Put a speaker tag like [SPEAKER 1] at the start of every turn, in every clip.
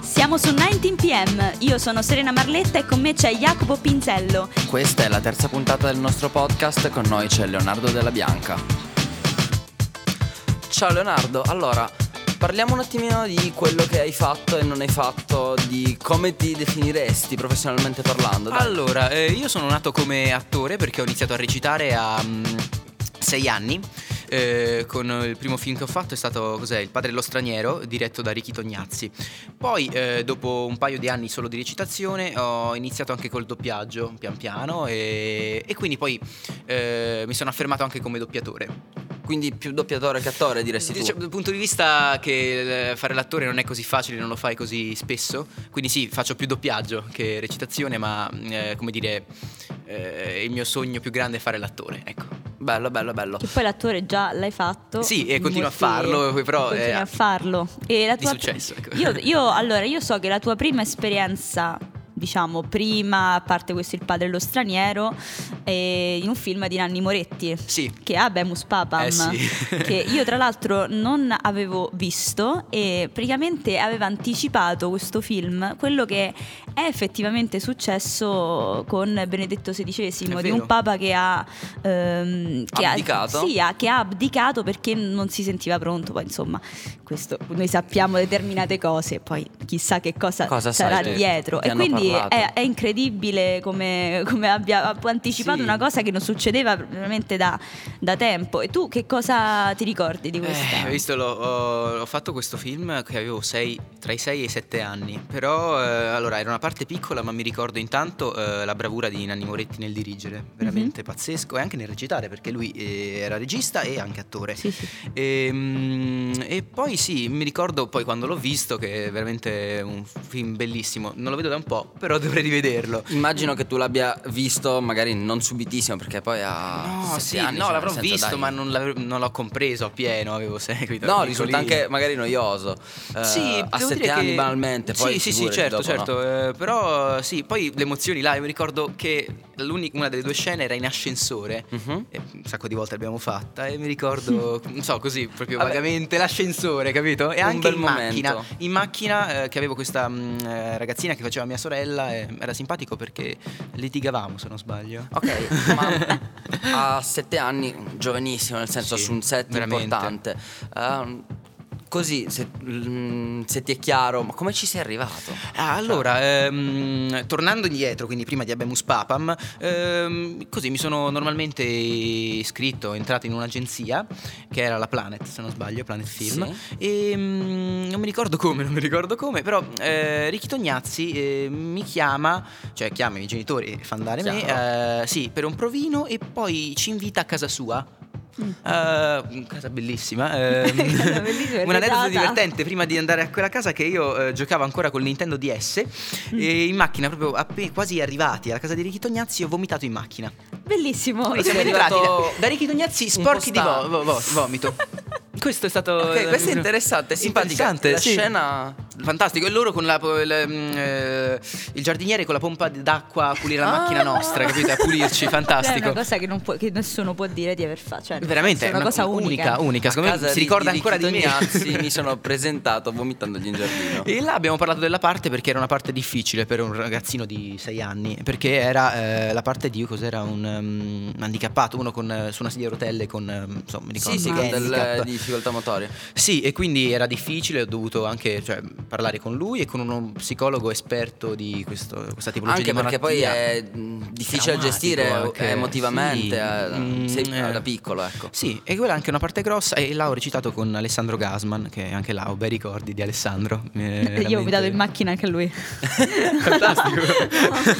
[SPEAKER 1] Siamo su 19pm, io sono Serena Marletta e con me c'è Jacopo Pinzello.
[SPEAKER 2] Questa è la terza puntata del nostro podcast, con noi c'è Leonardo Della Bianca. Ciao Leonardo, allora parliamo un attimino di quello che hai fatto e non hai fatto, di come ti definiresti professionalmente parlando. dai.
[SPEAKER 3] Allora, eh, io sono nato come attore perché ho iniziato a recitare a mm, sei anni. eh, con il primo film che ho fatto è stato cos'è, Il padre dello straniero, diretto da Ricky Tognazzi. Poi, eh, dopo un paio di anni solo di recitazione, ho iniziato anche col doppiaggio pian piano e, e quindi poi eh, mi sono affermato anche come doppiatore.
[SPEAKER 2] Quindi più doppiatore che attore diresti
[SPEAKER 3] Dice-
[SPEAKER 2] tu.
[SPEAKER 3] dal punto di vista che eh, fare l'attore non è così facile, non lo fai così spesso, quindi sì, faccio più doppiaggio che recitazione, ma eh, come dire, eh, il mio sogno più grande è fare l'attore, ecco.
[SPEAKER 2] Bello, bello, bello.
[SPEAKER 1] Che poi l'attore già l'hai fatto.
[SPEAKER 3] Sì, e
[SPEAKER 1] in
[SPEAKER 3] continua a
[SPEAKER 1] molti-
[SPEAKER 3] farlo, però,
[SPEAKER 1] Continui
[SPEAKER 3] eh,
[SPEAKER 1] a farlo. E la
[SPEAKER 3] di
[SPEAKER 1] tua-
[SPEAKER 3] successo, ecco.
[SPEAKER 1] Io, io, allora, io so che la tua prima esperienza, diciamo, prima, a parte questo Il padre e lo straniero, eh, in un film di Nanni Moretti.
[SPEAKER 3] Sì.
[SPEAKER 1] Che ha Bemus Papam.
[SPEAKER 3] Eh sì.
[SPEAKER 1] che io tra l'altro non avevo visto e praticamente aveva anticipato questo film quello che è effettivamente successo con Benedetto XVI,
[SPEAKER 3] È
[SPEAKER 1] di
[SPEAKER 3] vero.
[SPEAKER 1] un papa che ha ehm, che ha-
[SPEAKER 2] Abdicato?
[SPEAKER 1] sì, ha- che ha abdicato perché non si sentiva pronto. Poi, insomma, questo noi sappiamo determinate cose, poi chissà che cosa,
[SPEAKER 2] Cosa sai
[SPEAKER 1] sarà
[SPEAKER 2] te?
[SPEAKER 1] dietro.
[SPEAKER 2] Ti
[SPEAKER 1] E
[SPEAKER 2] hanno
[SPEAKER 1] quindi
[SPEAKER 2] parlato?
[SPEAKER 1] è, è incredibile come, come abbia anticipato
[SPEAKER 3] Sì.
[SPEAKER 1] una cosa che non succedeva veramente da, da tempo. E tu che cosa ti ricordi di
[SPEAKER 3] Eh,
[SPEAKER 1] questa?
[SPEAKER 3] ho visto, l'ho, ho- ho fatto questo film che avevo sei- tra i 6 e i 7 anni, però eh, allora era una parte piccola ma mi ricordo intanto eh, la bravura di Nanni Moretti nel dirigere,
[SPEAKER 1] Mhm.
[SPEAKER 3] veramente pazzesco e anche nel recitare perché lui eh, era regista e anche attore.
[SPEAKER 1] Sì, sì.
[SPEAKER 3] E, mm, e poi sì, mi ricordo poi quando l'ho visto che è veramente un film bellissimo, non lo vedo da un po', però dovrei rivederlo.
[SPEAKER 2] Immagino che tu l'abbia visto, magari non subitissimo, perché poi a
[SPEAKER 3] No,
[SPEAKER 2] Ah, sette
[SPEAKER 3] sì,
[SPEAKER 2] anni,
[SPEAKER 3] no,
[SPEAKER 2] cioè,
[SPEAKER 3] l'avrò
[SPEAKER 2] nel senso,
[SPEAKER 3] visto,
[SPEAKER 2] dai.
[SPEAKER 3] ma non, l'avevo- non l'ho compreso appieno, avevo seguito.
[SPEAKER 2] No,
[SPEAKER 3] ero
[SPEAKER 2] risulta
[SPEAKER 3] piccolino.
[SPEAKER 2] anche magari noioso. Eh,
[SPEAKER 3] Sì,
[SPEAKER 2] a
[SPEAKER 3] devo
[SPEAKER 2] sette
[SPEAKER 3] dire
[SPEAKER 2] anni
[SPEAKER 3] che-
[SPEAKER 2] banalmente.
[SPEAKER 3] Sì,
[SPEAKER 2] Poi
[SPEAKER 3] sì, sì,
[SPEAKER 2] figurati
[SPEAKER 3] certo,
[SPEAKER 2] dopo, no?
[SPEAKER 3] certo. eh, però eh, sì, poi le emozioni là, io mi ricordo che l'uni- una delle due scene era in ascensore.
[SPEAKER 2] Mhm.
[SPEAKER 3] e un sacco di volte l'abbiamo fatta e mi ricordo, non so, così proprio
[SPEAKER 2] Vabbè.
[SPEAKER 3] vagamente l'ascensore, capito? E
[SPEAKER 2] Un
[SPEAKER 3] anche
[SPEAKER 2] bel
[SPEAKER 3] in macchina,
[SPEAKER 2] momento.
[SPEAKER 3] in macchina eh, che avevo questa mm, eh, ragazzina che faceva mia sorella, eh, era simpatico perché litigavamo, se non sbaglio.
[SPEAKER 2] Ok, ma a sette anni, giovanissimo, nel senso
[SPEAKER 3] Sì,
[SPEAKER 2] su un set
[SPEAKER 3] veramente.
[SPEAKER 2] importante. Ehm, così, se, mm, se ti è chiaro, ma come ci sei arrivato?
[SPEAKER 3] Ah, allora, ehm, tornando indietro, quindi prima di Abemus Papam, ehm, così mi sono normalmente iscritto, entrato in un'agenzia che era la Planet, se non sbaglio, Planet Film.
[SPEAKER 2] Sì.
[SPEAKER 3] E mm, non mi ricordo come, non mi ricordo come, però eh, Ricky Tognazzi eh, mi chiama, cioè chiama i miei genitori e fa andare me, eh, sì, per un provino e poi ci invita a casa sua.
[SPEAKER 1] Mm.
[SPEAKER 3] Eh, casa bellissima. ehm.
[SPEAKER 1] Casa bellissima,
[SPEAKER 3] un aneddoto
[SPEAKER 1] redata.
[SPEAKER 3] divertente prima di andare a quella casa che io eh, giocavo ancora con Nintendo DS e in macchina proprio appe- quasi arrivati alla casa di Ricky Tognazzi ho vomitato in macchina.
[SPEAKER 1] Bellissimo.
[SPEAKER 3] Quindi siamo
[SPEAKER 2] sei
[SPEAKER 3] entrati da,
[SPEAKER 2] arrivato
[SPEAKER 3] da Ricky Tognazzi
[SPEAKER 2] un
[SPEAKER 3] sporchi
[SPEAKER 2] po'
[SPEAKER 3] di vo-
[SPEAKER 2] stanco.
[SPEAKER 3] vo- vo- vomito. Questo è stato
[SPEAKER 2] Ok, questo è interessante, è simpatica.
[SPEAKER 3] Interessante,
[SPEAKER 2] La
[SPEAKER 3] sì.
[SPEAKER 2] scena...
[SPEAKER 3] Fantastico, e loro con la, po- il, mm, eh, il giardiniere con la pompa d'acqua a pulire la
[SPEAKER 2] Ah.
[SPEAKER 3] macchina nostra, capito? A pulirci,
[SPEAKER 1] Cioè, È una
[SPEAKER 3] fantastico.
[SPEAKER 1] cosa che, non può- che nessuno può dire di aver fatto. Cioè,
[SPEAKER 3] Veramente,
[SPEAKER 1] è una, cosa unica.
[SPEAKER 3] unica, unica. Secondo
[SPEAKER 2] a
[SPEAKER 3] me
[SPEAKER 2] casa
[SPEAKER 3] si ricorda ancora di
[SPEAKER 2] Ricky
[SPEAKER 3] me.
[SPEAKER 2] Tognazzi, mi sono presentato vomitandogli in giardino.
[SPEAKER 3] E là abbiamo parlato della parte perché era una parte difficile per un ragazzino di 6 anni, perché era eh, la parte di cos'era un um, handicappato, uno con, eh, su una sedia a rotelle con, um, insomma, mi ricordo
[SPEAKER 2] Sì, sì,
[SPEAKER 3] che
[SPEAKER 2] con
[SPEAKER 3] handicap.
[SPEAKER 2] delle difficoltà motorie.
[SPEAKER 3] Sì, e quindi era difficile, ho dovuto anche cioè, parlare con lui e con uno psicologo esperto di questo- questa tipologia
[SPEAKER 2] Anche
[SPEAKER 3] di
[SPEAKER 2] perché
[SPEAKER 3] malattia.
[SPEAKER 2] poi è mh, difficile da
[SPEAKER 3] Traumatico
[SPEAKER 2] gestire
[SPEAKER 3] anche,
[SPEAKER 2] emotivamente
[SPEAKER 3] sì.
[SPEAKER 2] eh,
[SPEAKER 3] Mm,
[SPEAKER 2] sei-
[SPEAKER 3] eh.
[SPEAKER 2] da piccolo, ecco.
[SPEAKER 3] Sì, e quella è anche una parte grossa e là ho recitato con Alessandro Gasman, che anche là ho bei ricordi di Alessandro. eh,
[SPEAKER 1] Io ho guidato in macchina anche a lui.
[SPEAKER 3] Fantastico.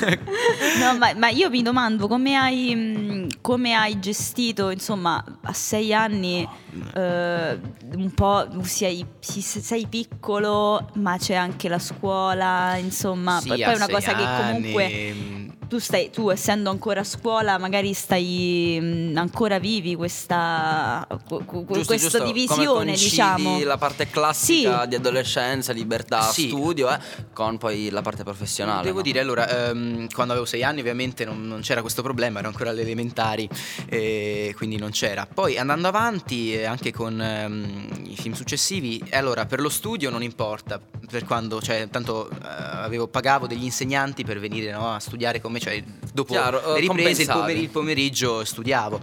[SPEAKER 1] No, ma, ma io mi domando come hai, mh, come hai gestito, insomma, a sei anni eh, un po' sei, si- sei piccolo, ma c'è anche la scuola, insomma,
[SPEAKER 3] Sì,
[SPEAKER 1] poi poi
[SPEAKER 3] a
[SPEAKER 1] è una
[SPEAKER 3] sei
[SPEAKER 1] cosa che
[SPEAKER 3] anni,
[SPEAKER 1] comunque
[SPEAKER 3] mm,
[SPEAKER 1] tu, stai, tu essendo ancora a scuola magari stai mh, ancora vivi questa, cu- cu-
[SPEAKER 2] Giusto,
[SPEAKER 1] questa
[SPEAKER 2] giusto, come
[SPEAKER 1] divisione
[SPEAKER 2] concidi
[SPEAKER 1] diciamo
[SPEAKER 2] la parte classica
[SPEAKER 1] Sì.
[SPEAKER 2] di adolescenza, libertà,
[SPEAKER 3] Sì.
[SPEAKER 2] studio, eh, con poi la parte professionale.
[SPEAKER 3] Devo
[SPEAKER 2] no?
[SPEAKER 3] dire, allora, ehm, quando avevo sei anni ovviamente non, non c'era questo problema, ero ancora alle elementari, eh, quindi non c'era. Poi andando avanti, eh, anche con ehm, i film successivi, eh, allora, per lo studio non importa, per quando, cioè, tanto eh, avevo, pagavo degli insegnanti per venire no, a studiare con me, cioè, dopo
[SPEAKER 2] Chiaro,
[SPEAKER 3] le
[SPEAKER 2] eh,
[SPEAKER 3] riprese, il,
[SPEAKER 2] compensavi.
[SPEAKER 3] pomeri- il pomeriggio studiavo.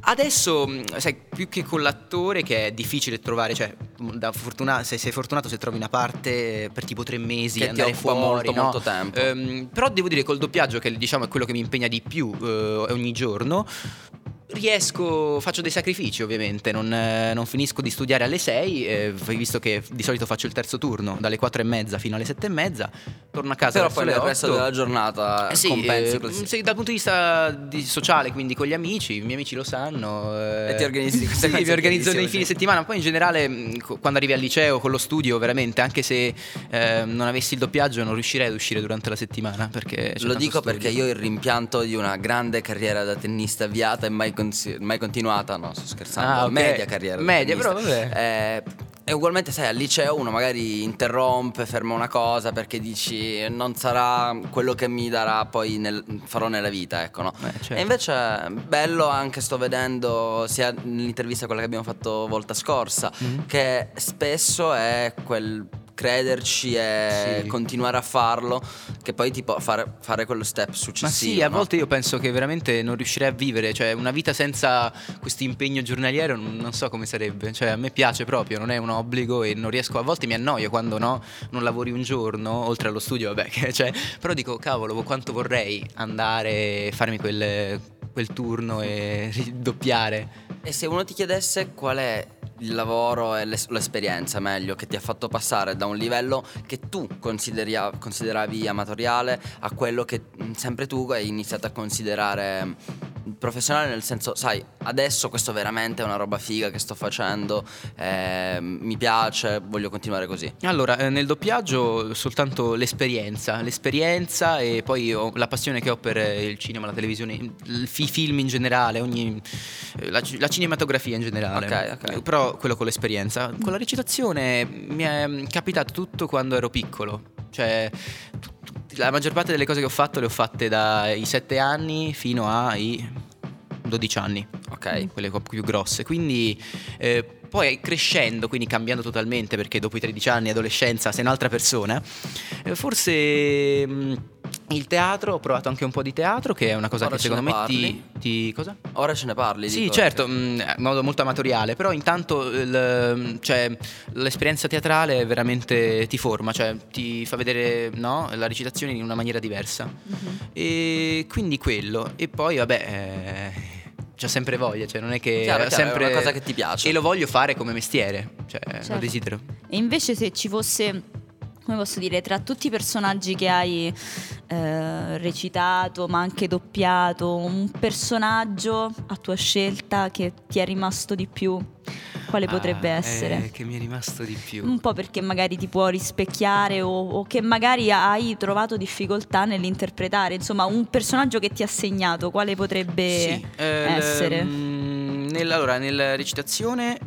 [SPEAKER 3] Adesso, mh, sai, più che con l'attore che è difficile trovare, cioè, mh, da fortuna- se sei fortunato se trovi una parte eh, per tipo tre mesi,
[SPEAKER 2] Che ti
[SPEAKER 3] andare
[SPEAKER 2] occupa
[SPEAKER 3] fuori,
[SPEAKER 2] molto,
[SPEAKER 3] no?
[SPEAKER 2] molto tempo.
[SPEAKER 3] Ehm, però devo dire col doppiaggio che diciamo è quello che mi impegna di più eh, ogni giorno riesco faccio dei sacrifici ovviamente non, eh, non finisco di studiare alle 6 eh, visto che di solito faccio il terzo turno dalle 4 e mezza fino alle 7 e mezza torno a casa
[SPEAKER 2] Però
[SPEAKER 3] verso
[SPEAKER 2] poi
[SPEAKER 3] le
[SPEAKER 2] nel resto
[SPEAKER 3] 8.
[SPEAKER 2] della giornata
[SPEAKER 3] Eh sì,
[SPEAKER 2] compensi
[SPEAKER 3] eh,
[SPEAKER 2] questi-
[SPEAKER 3] sì, dal punto di vista di- sociale, quindi con gli amici, i miei amici lo sanno. eh.
[SPEAKER 2] E ti organizzi queste
[SPEAKER 3] Sì,
[SPEAKER 2] cose
[SPEAKER 3] mi organizzo nei
[SPEAKER 2] benissimo,
[SPEAKER 3] fine
[SPEAKER 2] sì.
[SPEAKER 3] settimana, poi in generale mh, co- quando arrivi al liceo con lo studio, veramente, anche se eh, non avessi il doppiaggio non riuscirei ad uscire durante la settimana. Perché c'è
[SPEAKER 2] Lo
[SPEAKER 3] tanto
[SPEAKER 2] dico
[SPEAKER 3] studio.
[SPEAKER 2] perché io ho il rimpianto di una grande carriera da tennista avviata e mai, consi- mai continuata, no sto scherzando,
[SPEAKER 3] Ah, ok.
[SPEAKER 2] media carriera. da
[SPEAKER 3] Media,
[SPEAKER 2] tennista.
[SPEAKER 3] però vabbè.
[SPEAKER 2] Eh, e ugualmente sai al liceo uno magari interrompe, ferma una cosa perché dici non sarà quello che mi darà poi nel- farò nella vita, ecco no.
[SPEAKER 3] Eh, certo.
[SPEAKER 2] E invece bello anche sto vedendo sia nell'intervista quella che abbiamo fatto volta scorsa
[SPEAKER 3] Mhm.
[SPEAKER 2] che spesso è quel crederci e
[SPEAKER 3] Sì.
[SPEAKER 2] continuare a farlo che poi tipo fare, fare quello step
[SPEAKER 3] Ma
[SPEAKER 2] successivo.
[SPEAKER 3] sì, a
[SPEAKER 2] no?
[SPEAKER 3] volte io penso che veramente non riuscirei a vivere, cioè una vita senza questo impegno giornaliero non non so come sarebbe, cioè a me piace proprio, non è un obbligo e non riesco, a volte mi annoio quando no, non lavori un giorno, oltre allo studio, vabbè, che- cioè, però dico cavolo, quanto vorrei andare, farmi quel, quel turno e ridoppiare.
[SPEAKER 2] E se uno ti chiedesse qual è il lavoro e l'es- l'esperienza, meglio, che ti ha fatto passare da un livello che tu consideria- consideravi amatoriale a quello che mh, sempre tu hai iniziato a considerare mh, professionale, nel senso, sai, adesso questo veramente è una roba figa che sto facendo, eh, mi piace, voglio continuare così.
[SPEAKER 3] Allora, eh, nel doppiaggio soltanto l'esperienza, l'esperienza e poi ho- la passione che ho per eh, il cinema, la televisione, il- i film in generale, ogni- eh, la, ci- la cinematografia in generale.
[SPEAKER 2] Ok, ok.
[SPEAKER 3] Eh, Però quello con l'esperienza. Con la recitazione mi è mm, capitato tutto quando ero piccolo, cioè tu- tu- la maggior parte delle cose che ho fatto le ho fatte dai 7 anni fino ai 12 anni
[SPEAKER 2] Ok.
[SPEAKER 3] eh, quelle co- più grosse. Quindi eh, poi crescendo, quindi cambiando totalmente, perché dopo i 13 anni, adolescenza, sei un'altra persona, eh, forse mh, il teatro, ho provato anche un po' di teatro, che è una cosa
[SPEAKER 2] Ora
[SPEAKER 3] che
[SPEAKER 2] ce ne
[SPEAKER 3] secondo me ti,
[SPEAKER 2] parli.
[SPEAKER 3] ti... cosa?
[SPEAKER 2] Ora ce ne parli.
[SPEAKER 3] Sì,
[SPEAKER 2] dico,
[SPEAKER 3] certo,
[SPEAKER 2] perché-
[SPEAKER 3] mh, in modo molto amatoriale, però intanto il, cioè, l'esperienza teatrale veramente ti forma, cioè ti fa vedere no, la recitazione in una maniera diversa.
[SPEAKER 1] Mhm.
[SPEAKER 3] E quindi quello. E poi, vabbè, eh, c'ho sempre voglia, cioè non è che
[SPEAKER 2] Chiaro,
[SPEAKER 3] ho
[SPEAKER 2] chiaro, è
[SPEAKER 3] sempre
[SPEAKER 2] una cosa che ti piace.
[SPEAKER 3] E lo voglio fare come mestiere, cioè lo
[SPEAKER 1] Certo.
[SPEAKER 3] desidero.
[SPEAKER 1] E invece se ci fosse, come posso dire, tra tutti i personaggi che hai eh, recitato, ma anche doppiato, un personaggio a tua scelta che ti è rimasto di più, quale potrebbe
[SPEAKER 3] Ah, eh,
[SPEAKER 1] essere?
[SPEAKER 3] che mi è rimasto di più.
[SPEAKER 1] Un po' perché magari ti può rispecchiare o, o che magari hai trovato difficoltà nell'interpretare, insomma un personaggio che ti ha segnato, quale potrebbe...
[SPEAKER 3] Sì, eh, l-
[SPEAKER 1] essere.
[SPEAKER 3] mm, nel- allora, nella recitazione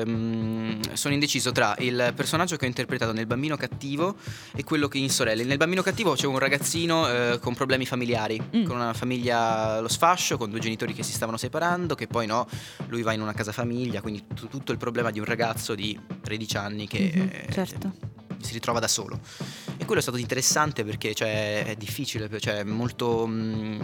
[SPEAKER 3] ehm, sono indeciso tra il personaggio che ho interpretato nel Bambino Cattivo e quello che in Sorelle. Nel Bambino Cattivo c'è un ragazzino eh, con problemi familiari,
[SPEAKER 1] Mm.
[SPEAKER 3] con una famiglia allo sfascio, con due genitori che si stavano separando, che poi no, lui va in una casa famiglia, quindi tu- tutto il problema di un ragazzo di 13 anni che...
[SPEAKER 1] Mhm,
[SPEAKER 3] eh,
[SPEAKER 1] certo.
[SPEAKER 3] si ritrova da solo. E quello è stato interessante perché cioè, è difficile, cioè è molto mm,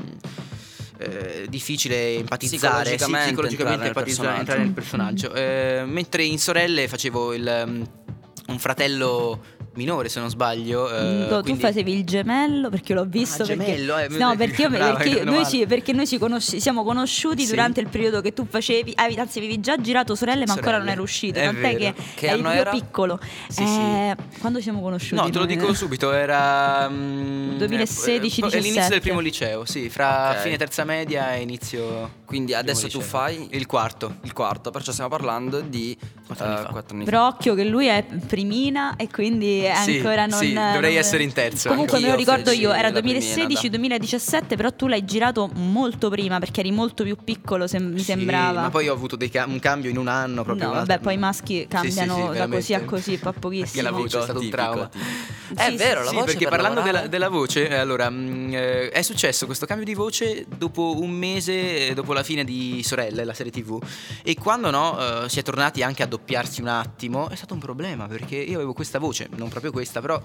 [SPEAKER 3] eh, difficile empatizzare, sì,
[SPEAKER 2] Psicologicamente
[SPEAKER 3] psicologicamente
[SPEAKER 2] entrare nel
[SPEAKER 3] empatizzare,
[SPEAKER 2] personaggio.
[SPEAKER 3] entrare nel personaggio. Eh, mentre in Sorelle facevo il, mm, un fratello minore, se non sbaglio. eh,
[SPEAKER 1] Mm, no, Tu
[SPEAKER 3] quindi-
[SPEAKER 1] facevi il gemello perché l'ho visto.
[SPEAKER 3] gemello, eh,
[SPEAKER 1] perché, no, perché, io-
[SPEAKER 3] brava,
[SPEAKER 1] perché
[SPEAKER 3] meno
[SPEAKER 1] noi
[SPEAKER 3] male.
[SPEAKER 1] ci, perché noi ci conosci- siamo conosciuti
[SPEAKER 3] Sì.
[SPEAKER 1] durante il periodo che tu facevi, avevi- anzi avevi già girato sorelle ma ancora non
[SPEAKER 3] Sorelle.
[SPEAKER 1] ero uscito,
[SPEAKER 3] È
[SPEAKER 1] tant'è
[SPEAKER 3] vero.
[SPEAKER 1] che,
[SPEAKER 2] Che
[SPEAKER 1] eri
[SPEAKER 2] anno
[SPEAKER 1] proprio
[SPEAKER 2] era?
[SPEAKER 1] piccolo.
[SPEAKER 3] Sì,
[SPEAKER 1] Eh, Quando ci siamo conosciuti?
[SPEAKER 3] No, te lo
[SPEAKER 1] noi? eh.
[SPEAKER 3] dico subito, era... mm,
[SPEAKER 1] 2016,
[SPEAKER 3] eh, po- è L'inizio
[SPEAKER 1] 17.
[SPEAKER 3] del primo liceo, sì, fra
[SPEAKER 2] Ok.
[SPEAKER 3] fine terza media e inizio...
[SPEAKER 2] Quindi adesso tu
[SPEAKER 3] liceo.
[SPEAKER 2] fai
[SPEAKER 3] Il quarto.
[SPEAKER 2] il quarto, perciò stiamo parlando di
[SPEAKER 3] Quattro anni
[SPEAKER 2] eh,
[SPEAKER 3] fa.
[SPEAKER 2] quattro anni fa.
[SPEAKER 1] Però occhio che lui è primina e quindi è
[SPEAKER 3] Sì,
[SPEAKER 1] ancora non...
[SPEAKER 3] sì, dovrei
[SPEAKER 1] non-
[SPEAKER 3] essere in terzo
[SPEAKER 1] Comunque me lo
[SPEAKER 2] anch'io,
[SPEAKER 1] ricordo io,
[SPEAKER 2] feci
[SPEAKER 1] era
[SPEAKER 2] la primina,
[SPEAKER 1] 2016-2017, però tu l'hai girato molto prima perché eri molto più piccolo, sem- mi
[SPEAKER 3] Sì,
[SPEAKER 1] sembrava.
[SPEAKER 3] Ma poi ho avuto dei ca- un cambio in un anno proprio.
[SPEAKER 1] No,
[SPEAKER 3] un altro-
[SPEAKER 1] vabbè, poi i maschi cambiano da
[SPEAKER 3] veramente.
[SPEAKER 1] così a così, fa pochissimo.
[SPEAKER 3] Perché la voce è stato un
[SPEAKER 2] Tipico,
[SPEAKER 3] trauma. Eh,
[SPEAKER 2] tipico.
[SPEAKER 1] Sì,
[SPEAKER 2] È
[SPEAKER 1] sì,
[SPEAKER 2] vero, la
[SPEAKER 3] sì,
[SPEAKER 2] voce
[SPEAKER 3] perché
[SPEAKER 2] per
[SPEAKER 3] parlando della,
[SPEAKER 2] lavorare-
[SPEAKER 3] della voce, eh, allora mh, eh, è successo questo cambio di voce dopo un mese, eh, dopo la fine di Sorelle, la serie TV. E quando no, eh, si è tornati anche a doppiarsi un attimo, è stato un problema perché io avevo questa voce, non proprio questa, però.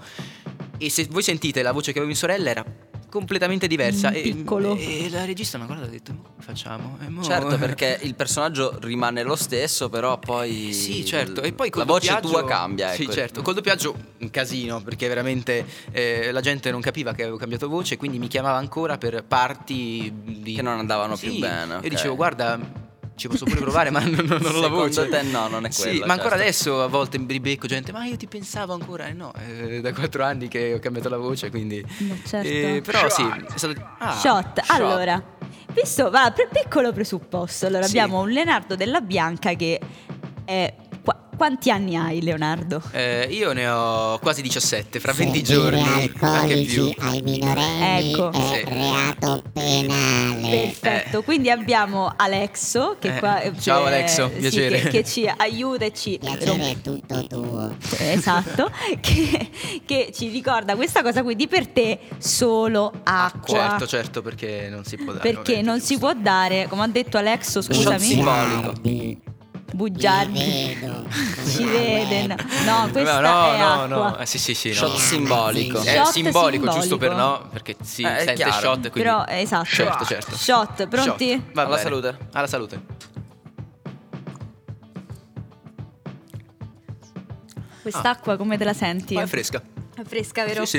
[SPEAKER 3] E se voi sentite la voce che avevo in Sorella era completamente diversa.
[SPEAKER 1] Mm,
[SPEAKER 3] E-
[SPEAKER 1] piccolo.
[SPEAKER 3] E, la regista mi ha guardato e ha detto: "Mo che facciamo? Eh, mo-
[SPEAKER 2] Certo, perché il personaggio rimane lo stesso, però poi.
[SPEAKER 3] Eh, Sì, certo. E poi
[SPEAKER 2] la
[SPEAKER 3] col
[SPEAKER 2] voce
[SPEAKER 3] doppiaggio-
[SPEAKER 2] tua cambia.
[SPEAKER 3] Sì,
[SPEAKER 2] ecco.
[SPEAKER 3] certo. Col doppiaggio un casino, perché veramente eh, la gente non capiva che avevo cambiato voce, quindi mi chiamava ancora per parti di-
[SPEAKER 2] Che non andavano
[SPEAKER 3] Sì,
[SPEAKER 2] più bene, ok.
[SPEAKER 3] Io dicevo, guarda. Ci posso pure provare, ma non, non ho la
[SPEAKER 2] Secondo
[SPEAKER 3] voce.
[SPEAKER 2] te no, non è
[SPEAKER 3] Sì,
[SPEAKER 2] quella,
[SPEAKER 3] ma ancora
[SPEAKER 2] certo.
[SPEAKER 3] adesso a volte mi ribecco gente, ma io ti pensavo ancora. Eh no, eh, da quattro anni che ho cambiato la voce, quindi.
[SPEAKER 1] No, certo.
[SPEAKER 3] Eh, però sì, è stato. ah,
[SPEAKER 1] Shot. Allora, visto, va, pre- piccolo presupposto. Allora,
[SPEAKER 3] Sì.
[SPEAKER 1] abbiamo un Leonardo della Bianca che è... qua- quanti anni hai, Leonardo?
[SPEAKER 3] Eh, io ne ho quasi 17, fra 20
[SPEAKER 4] Servire
[SPEAKER 3] giorni. Anche più.
[SPEAKER 4] alcolici ai minorenni
[SPEAKER 1] Ecco.
[SPEAKER 4] è
[SPEAKER 3] Sì.
[SPEAKER 4] reato penale.
[SPEAKER 1] Perfetto, quindi abbiamo Alexo che
[SPEAKER 3] Eh,
[SPEAKER 1] qua eh,
[SPEAKER 3] ciao,
[SPEAKER 1] che-
[SPEAKER 3] Alexo,
[SPEAKER 1] sì,
[SPEAKER 3] piacere.
[SPEAKER 1] Che, che ci aiuta e ci
[SPEAKER 4] Piacere è tutto tuo.
[SPEAKER 1] esatto, che, che ci ricorda questa cosa quindi per te solo acqua.
[SPEAKER 3] Certo, certo, perché non si può dare.
[SPEAKER 1] Perché
[SPEAKER 3] ovviamente,
[SPEAKER 1] non si
[SPEAKER 3] giusto.
[SPEAKER 1] può dare, come ha detto Alexo, scusami,
[SPEAKER 4] Bugiardi.
[SPEAKER 1] bugiardi.
[SPEAKER 4] Li vedo.
[SPEAKER 1] Ci vede. No, no, questa
[SPEAKER 3] Eh, no,
[SPEAKER 1] è
[SPEAKER 3] no,
[SPEAKER 1] acqua.
[SPEAKER 3] no, eh, sì, sì, sì. no.
[SPEAKER 2] Shot simbolico.
[SPEAKER 3] È
[SPEAKER 1] Shot
[SPEAKER 3] simbolico,
[SPEAKER 1] simbolico.
[SPEAKER 3] giusto per no, perché si
[SPEAKER 2] Eh, è
[SPEAKER 3] sente
[SPEAKER 2] chiaro.
[SPEAKER 3] shot quindi...
[SPEAKER 1] Però eh, esatto.
[SPEAKER 3] Certo, certo.
[SPEAKER 1] Shot, pronti?
[SPEAKER 3] Shot. Va
[SPEAKER 2] Alla
[SPEAKER 3] bene.
[SPEAKER 2] salute.
[SPEAKER 3] Alla salute.
[SPEAKER 1] Quest'acqua come te la senti?
[SPEAKER 3] Ma Ah. è fresca.
[SPEAKER 1] È fresca, vero?
[SPEAKER 3] Sì,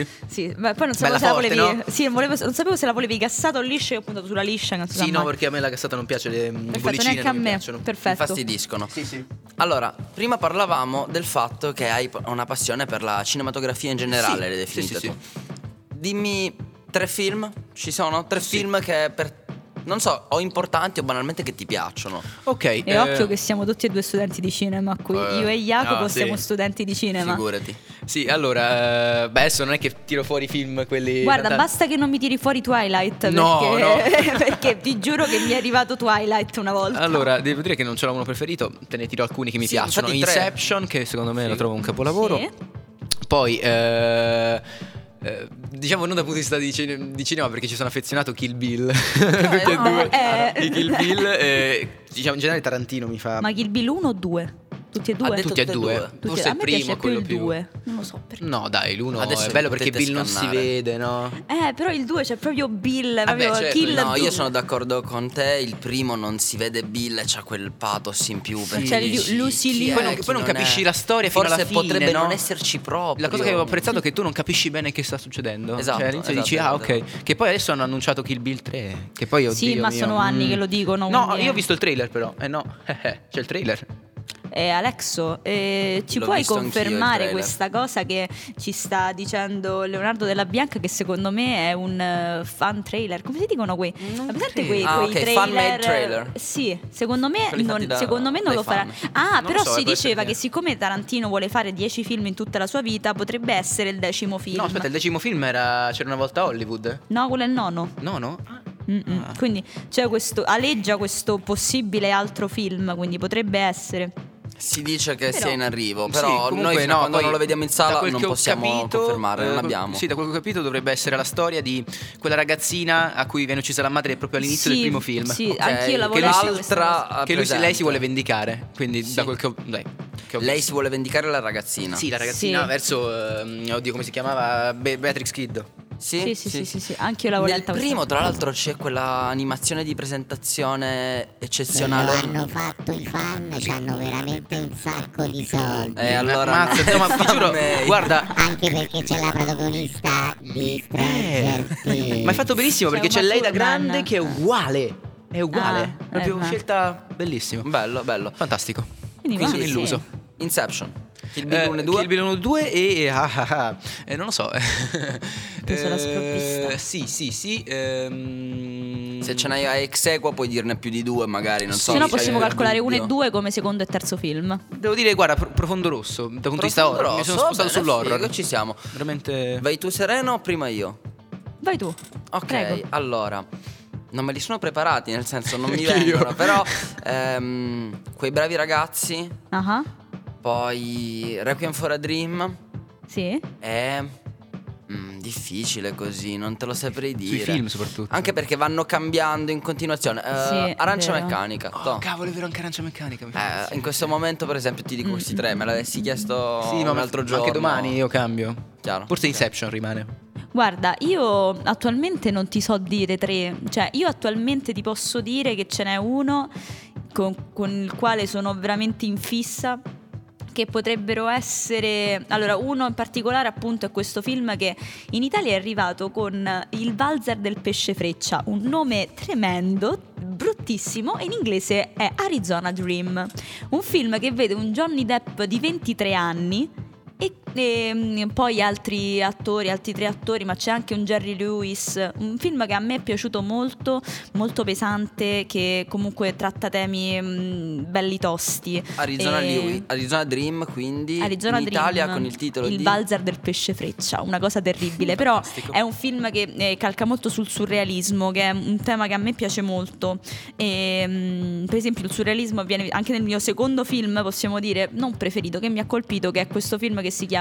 [SPEAKER 1] ma poi non sapevo
[SPEAKER 3] Bella
[SPEAKER 1] se la volevi.
[SPEAKER 3] forte, no?
[SPEAKER 1] Sì, volevo- non sapevo se la volevi gassata o liscia, io ho puntato sulla liscia, non si
[SPEAKER 3] Sì,
[SPEAKER 1] sa
[SPEAKER 3] no,
[SPEAKER 1] mai.
[SPEAKER 3] perché a me la cassata non piace, le mm,
[SPEAKER 1] Perfetto,
[SPEAKER 3] bollicine
[SPEAKER 1] neanche a
[SPEAKER 3] non mi
[SPEAKER 1] me.
[SPEAKER 3] piacciono.
[SPEAKER 1] Perfetto.
[SPEAKER 2] Infastidiscono.
[SPEAKER 3] Sì, sì.
[SPEAKER 2] Allora, prima parlavamo del fatto che hai una passione per la cinematografia in generale,
[SPEAKER 3] Sì,
[SPEAKER 2] l'hai definita
[SPEAKER 3] sì, sì,
[SPEAKER 2] tu. Dimmi tre film, ci sono tre
[SPEAKER 3] Sì.
[SPEAKER 2] film che per non so, o importanti o banalmente che ti piacciono.
[SPEAKER 3] Ok.
[SPEAKER 1] E occhio che siamo tutti e due studenti di cinema qui.
[SPEAKER 3] Eh,
[SPEAKER 1] Io e Jacopo
[SPEAKER 3] ah, sì.
[SPEAKER 1] siamo studenti di cinema.
[SPEAKER 2] Figurati.
[SPEAKER 3] Sì, allora, eh, beh, adesso non è che tiro fuori i film quelli...
[SPEAKER 1] Guarda,
[SPEAKER 3] tanta-
[SPEAKER 1] basta che non mi tiri fuori Twilight.
[SPEAKER 3] No,
[SPEAKER 1] perché,
[SPEAKER 3] no.
[SPEAKER 1] perché ti giuro che mi è arrivato Twilight una volta.
[SPEAKER 3] Allora, devo dire che non ce l'ho uno preferito, te ne tiro alcuni che mi
[SPEAKER 2] Sì,
[SPEAKER 3] piacciono.
[SPEAKER 2] infatti tre.
[SPEAKER 3] Inception, che secondo me lo
[SPEAKER 2] Sì.
[SPEAKER 3] trovo un capolavoro.
[SPEAKER 1] Sì.
[SPEAKER 3] Poi, eh, eh, diciamo non dal punto di vista di, cine- di cinema, perché ci sono affezionato Kill Bill. Tutti e
[SPEAKER 1] vabbè,
[SPEAKER 3] due.
[SPEAKER 1] eh.
[SPEAKER 3] I Kill Bill, eh, diciamo in generale Tarantino mi fa...
[SPEAKER 1] Ma Kill Bill 1 o 2? Tutti e due?
[SPEAKER 2] Ha detto
[SPEAKER 3] Ah, tutti e
[SPEAKER 2] tutte e
[SPEAKER 3] due.
[SPEAKER 2] due.
[SPEAKER 1] Tutti e-
[SPEAKER 3] Forse
[SPEAKER 1] a
[SPEAKER 3] il
[SPEAKER 1] me
[SPEAKER 3] primo,
[SPEAKER 1] piace
[SPEAKER 3] è quello
[SPEAKER 1] più il
[SPEAKER 3] più...
[SPEAKER 1] 2. Non lo so perché.
[SPEAKER 3] No, dai, l'uno
[SPEAKER 2] Adesso
[SPEAKER 3] è bello perché
[SPEAKER 2] potete
[SPEAKER 3] Bill non si
[SPEAKER 2] scannare.
[SPEAKER 3] vede, no?
[SPEAKER 1] Eh, però il 2 c'è proprio Bill, proprio
[SPEAKER 3] beh, certo,
[SPEAKER 1] Kill
[SPEAKER 2] Eh No,
[SPEAKER 1] Bill.
[SPEAKER 2] io sono d'accordo con te. Il primo non si vede Bill e c'ha quel pathos in più. perché
[SPEAKER 1] c'è
[SPEAKER 2] dici,
[SPEAKER 1] Lu- Lucy
[SPEAKER 2] chi
[SPEAKER 1] Liu.
[SPEAKER 2] è,
[SPEAKER 1] Poi non-
[SPEAKER 2] chi
[SPEAKER 3] poi non
[SPEAKER 2] è.
[SPEAKER 3] capisci la storia fino
[SPEAKER 2] Forse
[SPEAKER 3] alla fine,
[SPEAKER 2] potrebbe
[SPEAKER 3] no?
[SPEAKER 2] non esserci proprio.
[SPEAKER 3] La cosa che avevo apprezzato è che tu non capisci bene che sta succedendo.
[SPEAKER 2] Esatto,
[SPEAKER 3] Cioè, all'inizio
[SPEAKER 2] esatto,
[SPEAKER 3] dici, ah,
[SPEAKER 2] esatto.
[SPEAKER 3] ok. Che poi adesso hanno annunciato Kill Bill 3. Che poi oddio
[SPEAKER 1] Sì, ma
[SPEAKER 3] mio, mm.
[SPEAKER 1] sono anni
[SPEAKER 2] Mm.
[SPEAKER 1] che lo dicono,
[SPEAKER 3] No,
[SPEAKER 1] quindi,
[SPEAKER 3] io ho
[SPEAKER 1] eh.
[SPEAKER 3] visto il trailer, però. Eh no, c'è il trailer.
[SPEAKER 1] Eh, Alexo, eh, ci
[SPEAKER 2] L'ho
[SPEAKER 1] puoi
[SPEAKER 2] visto anch'io il
[SPEAKER 1] confermare
[SPEAKER 2] trailer.
[SPEAKER 1] questa cosa che ci sta dicendo Leonardo Della Bianca, che secondo me è un eh, fan trailer? Come si dicono quei?
[SPEAKER 3] Non
[SPEAKER 1] Hai presente
[SPEAKER 3] credo.
[SPEAKER 1] quei,
[SPEAKER 2] Ah,
[SPEAKER 1] quei
[SPEAKER 2] ok,
[SPEAKER 1] trailer?
[SPEAKER 2] fan-made trailer.
[SPEAKER 1] Sì, secondo me
[SPEAKER 2] Quelli fatti
[SPEAKER 1] non,
[SPEAKER 2] da-
[SPEAKER 1] secondo me non
[SPEAKER 2] dai
[SPEAKER 1] lo farà.
[SPEAKER 2] fan.
[SPEAKER 1] Ah,
[SPEAKER 3] Non lo
[SPEAKER 1] però
[SPEAKER 3] so,
[SPEAKER 1] si
[SPEAKER 3] eh, può essere
[SPEAKER 1] diceva
[SPEAKER 3] che-
[SPEAKER 1] che siccome Tarantino vuole fare 10 film in tutta la sua vita, potrebbe essere il decimo film.
[SPEAKER 3] No, aspetta, il decimo film era C'era una volta Hollywood.
[SPEAKER 1] No, quello è il nono.
[SPEAKER 3] No, no.
[SPEAKER 1] Mm-mm.
[SPEAKER 3] Ah.
[SPEAKER 1] Quindi c'è questo, aleggia questo possibile altro film, quindi potrebbe essere.
[SPEAKER 2] Si dice che
[SPEAKER 1] Però-
[SPEAKER 2] sia in arrivo,
[SPEAKER 3] Sì,
[SPEAKER 2] però
[SPEAKER 3] comunque
[SPEAKER 2] noi fino a
[SPEAKER 3] no,
[SPEAKER 2] quando
[SPEAKER 3] poi,
[SPEAKER 2] non lo vediamo in
[SPEAKER 3] da
[SPEAKER 2] sala
[SPEAKER 3] quel
[SPEAKER 2] non
[SPEAKER 3] che ho
[SPEAKER 2] possiamo
[SPEAKER 3] capito,
[SPEAKER 2] confermare, non
[SPEAKER 3] eh,
[SPEAKER 2] abbiamo.
[SPEAKER 3] Sì, da quello che ho capito dovrebbe essere la storia di quella ragazzina a cui viene uccisa la madre proprio all'inizio
[SPEAKER 1] Sì,
[SPEAKER 3] del primo film.
[SPEAKER 1] sì,
[SPEAKER 2] Ok,
[SPEAKER 1] anch'io la
[SPEAKER 2] che
[SPEAKER 1] volevo
[SPEAKER 3] l'altra-
[SPEAKER 1] questa cosa.
[SPEAKER 2] l'altra
[SPEAKER 3] Che lui si- lei si
[SPEAKER 2] presente.
[SPEAKER 3] vuole vendicare. Quindi,
[SPEAKER 2] Sì.
[SPEAKER 3] da quel che ho. Dai, che ho
[SPEAKER 2] Lei si vuole vendicare la ragazzina.
[SPEAKER 3] Sì, la ragazzina
[SPEAKER 1] Sì.
[SPEAKER 3] verso. ehm, oddio, come si chiamava? Be- Beatrix Kiddo.
[SPEAKER 1] Sì, sì, sì, sì, sì, anche io l'avevo
[SPEAKER 2] Nel
[SPEAKER 1] letta questa
[SPEAKER 2] primo,
[SPEAKER 1] cosa.
[SPEAKER 2] tra l'altro, c'è quella animazione di presentazione
[SPEAKER 4] Se lo
[SPEAKER 2] eccezionale.
[SPEAKER 4] hanno fatto i fan, ci hanno veramente un sacco di soldi.
[SPEAKER 2] Eh, allora.
[SPEAKER 3] Ammazza, insomma, vi giuro,
[SPEAKER 2] May.
[SPEAKER 3] guarda.
[SPEAKER 4] Anche perché c'è la protagonista di
[SPEAKER 3] Eh,
[SPEAKER 4] Stranger Things.
[SPEAKER 3] ma hai fatto benissimo
[SPEAKER 1] C'è
[SPEAKER 3] perché
[SPEAKER 1] Uma
[SPEAKER 3] c'è lei da
[SPEAKER 1] Thurman.
[SPEAKER 3] grande che è uguale. È uguale.
[SPEAKER 1] Ah, eh,
[SPEAKER 3] proprio
[SPEAKER 1] ma-
[SPEAKER 3] scelta bellissima.
[SPEAKER 2] Bello, bello.
[SPEAKER 3] Fantastico.
[SPEAKER 1] Quindi
[SPEAKER 3] Mi sono
[SPEAKER 1] guarda, sì.
[SPEAKER 3] illuso.
[SPEAKER 2] Inception. Kill
[SPEAKER 3] Eh,
[SPEAKER 2] Bill 1 e 2.
[SPEAKER 3] Kill Bill 1 e 2 e... ah, ah, ah, eh, non lo so.
[SPEAKER 1] Preso alla sprovvista.
[SPEAKER 3] Eh, sì, sì, sì. ehm,
[SPEAKER 2] Se ce n'hai a ex equo puoi dirne più di due magari, non so. Cioè,
[SPEAKER 1] Se no
[SPEAKER 2] mi
[SPEAKER 1] possiamo
[SPEAKER 2] fai
[SPEAKER 1] calcolare
[SPEAKER 2] dubbio.
[SPEAKER 1] 1 e 2 come secondo e terzo film.
[SPEAKER 3] Devo dire, guarda, pro- profondo rosso, dal punto di vista
[SPEAKER 2] Profondo
[SPEAKER 3] horror. Mi sono
[SPEAKER 2] rosso,
[SPEAKER 3] spostato
[SPEAKER 2] bene,
[SPEAKER 3] sull'horror.
[SPEAKER 2] figo, ci siamo.
[SPEAKER 3] Veramente.
[SPEAKER 2] Vai tu sereno o prima io?
[SPEAKER 1] Vai tu.
[SPEAKER 2] Ok,
[SPEAKER 1] Prego.
[SPEAKER 2] allora non me li sono preparati, nel senso non mi
[SPEAKER 3] Anch'io.
[SPEAKER 2] vengono, però ehm, quei bravi ragazzi,
[SPEAKER 1] Ah,
[SPEAKER 2] poi Requiem for a Dream
[SPEAKER 1] Sì.
[SPEAKER 2] è mm, difficile così, non te lo saprei
[SPEAKER 3] Sui
[SPEAKER 2] dire.
[SPEAKER 3] film, soprattutto.
[SPEAKER 2] Anche perché vanno cambiando in continuazione. Eh,
[SPEAKER 1] Sì,
[SPEAKER 2] Arancia
[SPEAKER 1] vero.
[SPEAKER 2] meccanica.
[SPEAKER 3] Oh,
[SPEAKER 2] toh.
[SPEAKER 3] cavolo, è vero, anche arancia meccanica. mi fa
[SPEAKER 2] Eh,
[SPEAKER 3] sì.
[SPEAKER 2] in questo momento, per esempio, ti dico
[SPEAKER 1] Mm.
[SPEAKER 2] questi tre, me l'avessi chiesto
[SPEAKER 3] Sì, ma
[SPEAKER 2] un altro giorno.
[SPEAKER 3] Anche domani io cambio.
[SPEAKER 2] Chiaro.
[SPEAKER 3] Forse Inception rimane.
[SPEAKER 1] Guarda, io attualmente non ti so dire tre, cioè io attualmente ti posso dire che ce n'è uno con, con il quale sono veramente in fissa, che potrebbero essere... Allora, uno in particolare appunto è questo film che in Italia è arrivato con Il Valzer del pesce freccia, un nome tremendo, bruttissimo, e in inglese è Arizona Dream, un film che vede un Johnny Depp di 23 anni e, e, mm, poi altri attori, altri tre attori, ma c'è anche un Jerry Lewis, un film che a me è piaciuto molto, molto pesante, che comunque tratta temi mm, belli tosti.
[SPEAKER 2] Arizona,
[SPEAKER 1] Eh,
[SPEAKER 2] Lewi- Arizona Dream, quindi
[SPEAKER 1] Arizona
[SPEAKER 2] in
[SPEAKER 1] Dream,
[SPEAKER 2] Italia con il titolo
[SPEAKER 1] Il
[SPEAKER 2] di
[SPEAKER 1] Balzar del pesce freccia, una cosa terribile, però
[SPEAKER 2] Fantastico.
[SPEAKER 1] è un film che eh, calca molto sul surrealismo, che è un tema che a me piace molto. E, mm, per esempio, il surrealismo avviene anche nel mio secondo film, possiamo dire, non preferito, che mi ha colpito, che è questo film che si chiama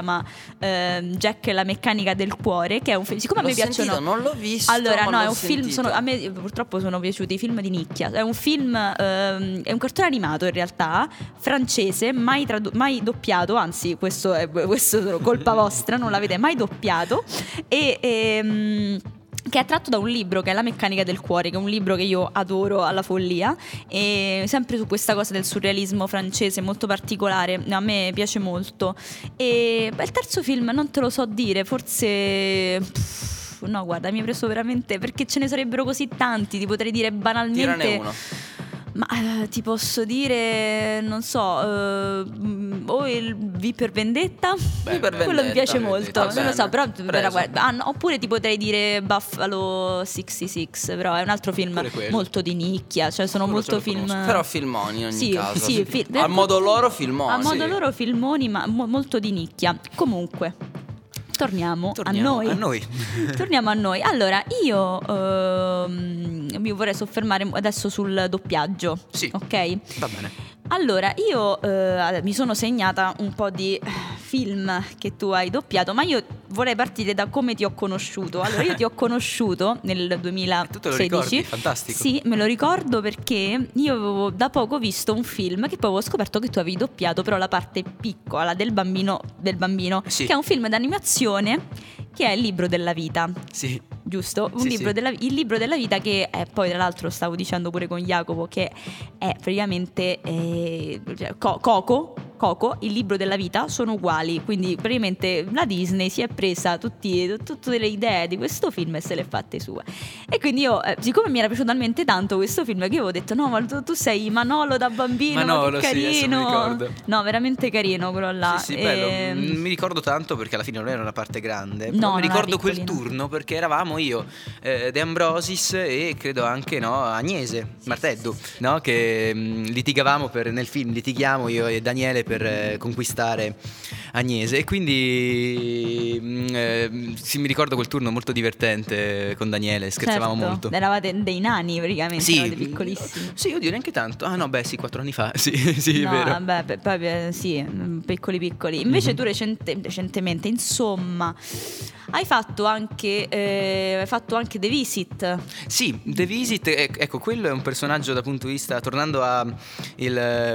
[SPEAKER 1] ehm, Jack e la meccanica del cuore, che è un film, siccome
[SPEAKER 2] L'ho
[SPEAKER 1] a me piacciono
[SPEAKER 2] sentito, non l'ho visto.
[SPEAKER 1] allora, no,
[SPEAKER 2] ma l'ho
[SPEAKER 1] è un film.
[SPEAKER 2] sentito.
[SPEAKER 1] sono- a me eh, purtroppo sono piaciuti i film di nicchia. È un film. ehm, è un cartone animato in realtà, francese, mai, tradu- mai doppiato. Anzi, questo è questo è colpa vostra, non l'avete mai doppiato. E. ehm, che è tratto da un libro che è La meccanica del cuore, che è un libro che io adoro alla follia, e sempre su questa cosa del surrealismo francese molto particolare, a me piace molto. E beh, il terzo film non te lo so dire, forse. pff, No, guarda, mi hai preso veramente. Perché ce ne sarebbero così tanti, ti potrei dire banalmente.
[SPEAKER 2] Tirane uno.
[SPEAKER 1] Ma eh, ti posso dire, non so, eh, mm, o il V per vendetta.
[SPEAKER 2] Beh,
[SPEAKER 1] Quello mi
[SPEAKER 2] vendetta,
[SPEAKER 1] piace
[SPEAKER 2] vendetta.
[SPEAKER 1] molto.
[SPEAKER 2] Va
[SPEAKER 1] non lo so,
[SPEAKER 2] bene,
[SPEAKER 1] però.
[SPEAKER 2] preso.
[SPEAKER 1] però guarda, ah, no, oppure ti potrei dire Buffalo 66, però è un altro film
[SPEAKER 3] Pure quello.
[SPEAKER 1] molto di nicchia. Cioè, sono
[SPEAKER 3] Quello ce
[SPEAKER 1] molto
[SPEAKER 3] lo
[SPEAKER 1] film.
[SPEAKER 3] conosco.
[SPEAKER 2] Però filmoni in ogni
[SPEAKER 1] Sì,
[SPEAKER 2] caso.
[SPEAKER 1] sì, fi-
[SPEAKER 2] Al modo loro filmoni.
[SPEAKER 1] A modo
[SPEAKER 2] sì.
[SPEAKER 1] loro filmoni, ma mo- molto di nicchia. Comunque, torniamo,
[SPEAKER 3] Torniamo
[SPEAKER 1] a noi.
[SPEAKER 3] A noi.
[SPEAKER 1] Torniamo a noi. Allora, io ehm, mi vorrei soffermare adesso sul doppiaggio.
[SPEAKER 3] Sì.
[SPEAKER 1] Ok.
[SPEAKER 3] Va bene.
[SPEAKER 1] Allora, io eh, mi sono segnata un po' di eh, film che tu hai doppiato, ma io vorrei partire da come ti ho conosciuto. Allora, io ti ho conosciuto nel
[SPEAKER 3] Tu te lo ricordi?
[SPEAKER 1] 2016.
[SPEAKER 3] Fantastico.
[SPEAKER 1] Ah, Sì, me lo ricordo perché io avevo da poco visto un film che poi avevo scoperto che tu avevi doppiato, però la parte piccola del bambino, del bambino
[SPEAKER 3] Sì.
[SPEAKER 1] che è un film d'animazione che è Il libro della vita,
[SPEAKER 3] Sì.
[SPEAKER 1] giusto? Un
[SPEAKER 3] Sì,
[SPEAKER 1] libro
[SPEAKER 3] sì.
[SPEAKER 1] della- il libro della vita che è, poi tra l'altro stavo dicendo pure con Jacopo che è praticamente eh, cioè, Co- Coco. Coco, il libro della vita sono uguali, quindi praticamente la Disney si è presa tutti- tutte le idee di questo film e se le è fatte sue. E quindi io, eh, siccome mi era piaciuto talmente tanto questo film, che io avevo detto: No, ma tu, tu sei Manolo da bambino, ma che
[SPEAKER 3] Manolo, sì, adesso mi
[SPEAKER 1] carino.
[SPEAKER 3] ricordo.
[SPEAKER 1] no, veramente carino quello là.
[SPEAKER 3] Sì, sì,
[SPEAKER 1] E-
[SPEAKER 3] bello. Mm, Non mi ricordo tanto perché alla fine non era una parte grande.
[SPEAKER 1] ehm, No,
[SPEAKER 3] però mi
[SPEAKER 1] non era
[SPEAKER 3] ricordo quel
[SPEAKER 1] piccolina.
[SPEAKER 3] turno perché eravamo io, eh, De Ambrosis e credo anche no, Agnese Marteddu, no? che mh, litigavamo per- nel film, litighiamo io e Daniele per eh, conquistare Agnese. E quindi mh, eh, sì, mi ricordo quel turno molto divertente con Daniele, scherzavamo
[SPEAKER 1] Certo,
[SPEAKER 3] molto.
[SPEAKER 1] Eravate dei nani praticamente, eravate piccolissimi.
[SPEAKER 3] Sì, oddio, neanche tanto. Ah no, beh, sì, quattro anni fa. Sì, sì,
[SPEAKER 1] no,
[SPEAKER 3] è vero. Mhm.
[SPEAKER 1] vabbè, pe- poi, eh, sì, mm, piccoli piccoli. Invece tu recente- recentemente, insomma, hai fatto anche, eh, hai fatto anche The Visit.
[SPEAKER 3] Sì, The Visit, ec- ecco, quello è un personaggio dal punto di vista, tornando al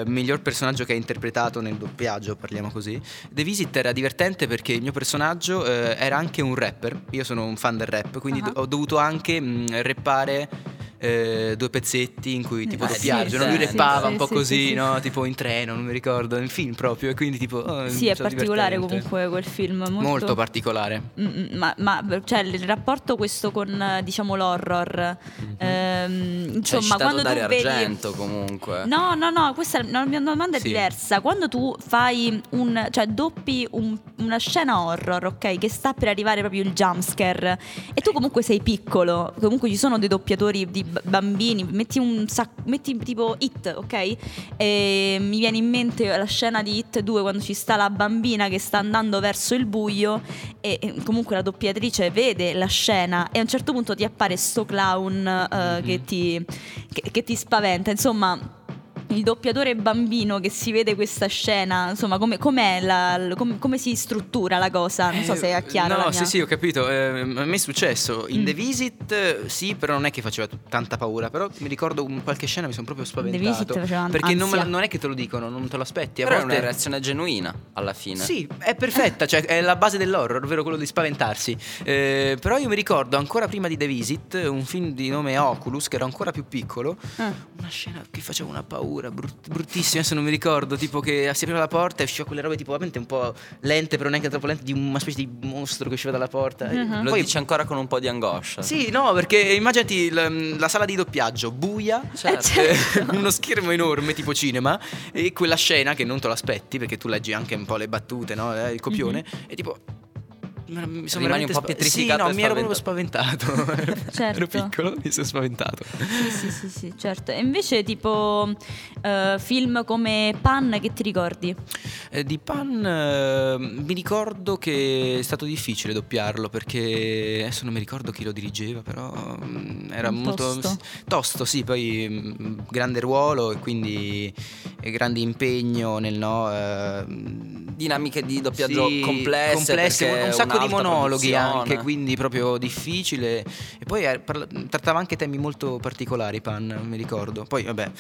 [SPEAKER 3] miglior personaggio che ha interpretato nel doppiaggio, parliamo così, The Visit era divertente perché il mio personaggio eh, era anche un rapper, io sono un fan del rap, quindi
[SPEAKER 1] Ah.
[SPEAKER 3] do- ho dovuto anche mh, rappare eh, due pezzetti in cui tipo
[SPEAKER 1] Eh,
[SPEAKER 3] doppiaggio,
[SPEAKER 2] sì,
[SPEAKER 3] no? lui
[SPEAKER 2] sì,
[SPEAKER 3] rappava
[SPEAKER 1] sì,
[SPEAKER 3] un po'
[SPEAKER 1] sì,
[SPEAKER 3] così,
[SPEAKER 1] sì, sì.
[SPEAKER 3] no? tipo in treno, non mi ricordo, nel film proprio, e quindi tipo... oh,
[SPEAKER 1] sì, è
[SPEAKER 3] stato
[SPEAKER 1] particolare
[SPEAKER 3] divertente.
[SPEAKER 1] comunque quel film. Molto,
[SPEAKER 3] Molto particolare.
[SPEAKER 1] Mm, mm, ma, ma, cioè, il rapporto questo con eh, diciamo l'horror ehm,
[SPEAKER 2] Cioè,
[SPEAKER 1] insomma
[SPEAKER 2] citato
[SPEAKER 1] quando tu
[SPEAKER 2] Dario
[SPEAKER 1] vedi
[SPEAKER 2] Argento comunque.
[SPEAKER 1] No, no, no, questa è una mia domanda è
[SPEAKER 3] Sì.
[SPEAKER 1] diversa. Quando tu fai un, cioè doppi un- una scena horror, ok, che sta per arrivare proprio il jumpscare, e tu comunque sei piccolo, comunque ci sono dei doppiatori di b- bambini, metti un sac- metti tipo It, ok? E mi viene in mente la scena di It 2 quando ci sta la bambina che sta andando verso il buio e, e comunque la doppiatrice vede la scena e a un certo punto ti appare sto clown eh,
[SPEAKER 3] Mhm.
[SPEAKER 1] che, ti, che- che ti spaventa, insomma... Il doppiatore bambino che si vede questa scena, insomma, come, com'è la- l- com- come si struttura la cosa? Ah, Non so
[SPEAKER 3] Eh,
[SPEAKER 1] se è chiaro.
[SPEAKER 3] No,
[SPEAKER 1] la mia-
[SPEAKER 3] sì, sì, ho capito. Eh, a me è successo. In
[SPEAKER 1] Mm.
[SPEAKER 3] The Visit, eh, sì, però non è che faceva t- tanta paura. Però mi ricordo un qualche scena mi sono proprio
[SPEAKER 1] The
[SPEAKER 3] spaventato.
[SPEAKER 1] Visit faceva
[SPEAKER 3] perché non, me la-
[SPEAKER 1] ansia.
[SPEAKER 3] non è che te lo dicono, non te lo aspetti. A
[SPEAKER 2] Però è
[SPEAKER 3] volte
[SPEAKER 2] una reazione genuina alla fine.
[SPEAKER 3] Sì, è perfetta, cioè è la base dell'horror, ovvero quello di spaventarsi. Eh, però io mi ricordo ancora prima di The Visit, un film di nome Oculus, che era ancora più piccolo,
[SPEAKER 1] Ah.
[SPEAKER 3] una scena che faceva una paura brut- bruttissima, adesso non mi ricordo, tipo che si apriva la porta e usciva quelle robe tipo veramente un po' lente, però neanche troppo lente, di una specie di mostro che usciva dalla porta. E
[SPEAKER 1] Mhm.
[SPEAKER 2] Lo diciamo.
[SPEAKER 3] poi-
[SPEAKER 2] dice ancora con un po' di angoscia.
[SPEAKER 3] Sì, no, perché immaginati la, la sala di doppiaggio buia,
[SPEAKER 2] Certo.
[SPEAKER 3] eh, uno schermo enorme tipo cinema e quella scena che non te l'aspetti perché tu leggi anche un po' le battute, no? Eh, il copione e tipo mi- mi sono
[SPEAKER 2] Rimani un
[SPEAKER 3] veramente
[SPEAKER 2] po'
[SPEAKER 3] spa-
[SPEAKER 2] pietrificato
[SPEAKER 3] Sì,
[SPEAKER 2] e
[SPEAKER 3] no, mi ero proprio spaventato.
[SPEAKER 1] Certo.
[SPEAKER 3] Ero piccolo, mi sono spaventato.
[SPEAKER 1] Sì, sì, sì, sì, certo. E invece tipo eh, film come Pan che ti ricordi?
[SPEAKER 3] Eh, di Pan eh, mi ricordo che è stato difficile doppiarlo perché adesso non mi ricordo chi lo dirigeva, però mm, era molto
[SPEAKER 1] Tosto.
[SPEAKER 3] tosto, sì, poi mm, grande ruolo e quindi eh, grande impegno nel no. eh,
[SPEAKER 2] Dinamiche di doppiaggio
[SPEAKER 3] sì,
[SPEAKER 2] complesse,
[SPEAKER 3] complesse,
[SPEAKER 2] perché
[SPEAKER 3] un sacco di
[SPEAKER 2] un'alta
[SPEAKER 3] monologhi
[SPEAKER 2] produzione.
[SPEAKER 3] anche, quindi proprio difficile. E poi eh, parla- trattava anche temi molto particolari, Pan, mi ricordo. Poi, vabbè,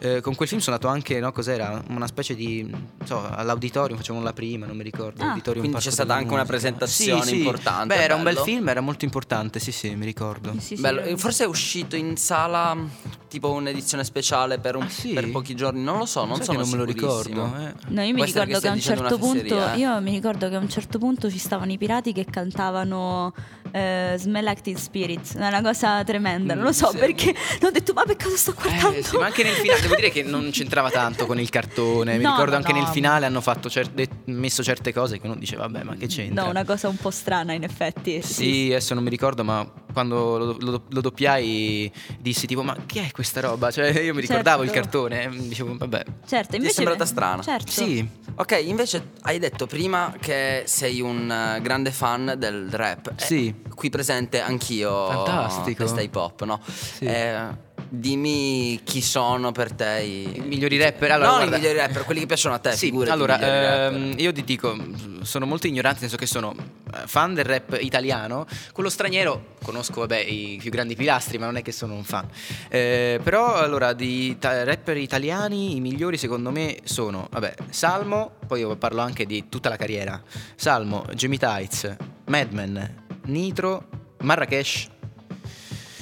[SPEAKER 3] eh, con quel film sono andato anche, no, cos'era? Una specie di, non so, all'auditorium, facevano la prima, non mi ricordo.
[SPEAKER 1] Ah.
[SPEAKER 3] auditorium
[SPEAKER 2] Quindi
[SPEAKER 3] Parco
[SPEAKER 2] c'è stata
[SPEAKER 3] della
[SPEAKER 2] anche una
[SPEAKER 3] Musica.
[SPEAKER 2] presentazione
[SPEAKER 3] Sì, sì.
[SPEAKER 2] importante,
[SPEAKER 3] Beh, era un bel
[SPEAKER 2] bello.
[SPEAKER 3] film, era molto importante, sì, sì, mi ricordo.
[SPEAKER 1] Sì, sì,
[SPEAKER 2] Bello,
[SPEAKER 1] sì.
[SPEAKER 2] forse è uscito in sala mh, tipo un'edizione speciale per, un-
[SPEAKER 3] Ah, sì?
[SPEAKER 2] per pochi giorni, non lo so, non
[SPEAKER 3] Sai
[SPEAKER 2] sono
[SPEAKER 3] che non me lo
[SPEAKER 2] sicurissimo.
[SPEAKER 3] ricordo. eh.
[SPEAKER 1] No, io mi
[SPEAKER 2] Può
[SPEAKER 1] ricordo che a
[SPEAKER 2] essere che
[SPEAKER 1] un
[SPEAKER 2] stia
[SPEAKER 1] certo
[SPEAKER 2] dicendo una
[SPEAKER 1] punto
[SPEAKER 2] fesseria, eh.
[SPEAKER 1] io mi ricordo che a un certo punto ci stavano i pirati che cantavano eh, Smell Like Teen Spirit. È una cosa tremenda, non lo so
[SPEAKER 3] Mm, sì.
[SPEAKER 1] perché l'ho detto "Ma perché cosa sto guardando?"
[SPEAKER 3] Eh, sì, ma anche nel finale, devo dire che non c'entrava tanto con il cartone. Mi
[SPEAKER 1] No,
[SPEAKER 3] ricordo
[SPEAKER 1] no,
[SPEAKER 3] anche
[SPEAKER 1] no.
[SPEAKER 3] nel finale hanno fatto cer- de- messo certe cose che uno dice, vabbè, ma che c'entra?
[SPEAKER 1] No, una cosa un po' strana in effetti.
[SPEAKER 3] Sì, adesso non mi ricordo, ma quando lo, lo- lo doppiai dissi tipo, ma che è questa roba? Cioè, io mi ricordavo
[SPEAKER 1] Certo.
[SPEAKER 3] il cartone, eh, dicevo, vabbè.
[SPEAKER 1] Certo, invece
[SPEAKER 2] è sembrata strana?
[SPEAKER 1] Certo.
[SPEAKER 3] Sì,
[SPEAKER 2] Ok, invece hai detto prima che sei un eh, grande fan del rap. Eh,
[SPEAKER 3] Sì.
[SPEAKER 2] qui presente anch'io.
[SPEAKER 3] Fantastico.
[SPEAKER 2] Testa hip hop, no? Eh, dimmi chi sono per te i,
[SPEAKER 3] I migliori rapper? Allora,
[SPEAKER 2] no,
[SPEAKER 3] guarda-
[SPEAKER 2] i migliori rapper, quelli che piacciono a te.
[SPEAKER 3] Sì,
[SPEAKER 2] figurati, i
[SPEAKER 3] allora,
[SPEAKER 2] migliori rapper.
[SPEAKER 3] ehm, io ti dico, sono molto ignorante, nel senso che sono eh, fan del rap italiano, quello straniero conosco, vabbè, i più grandi pilastri, ma non è che sono un fan. Eh, però, allora, di ta- rapper italiani, i migliori secondo me sono, vabbè, Salmo, poi io parlo anche di tutta la carriera, Salmo, Jimmy Tights, Madman, Nitro, Marrakesh.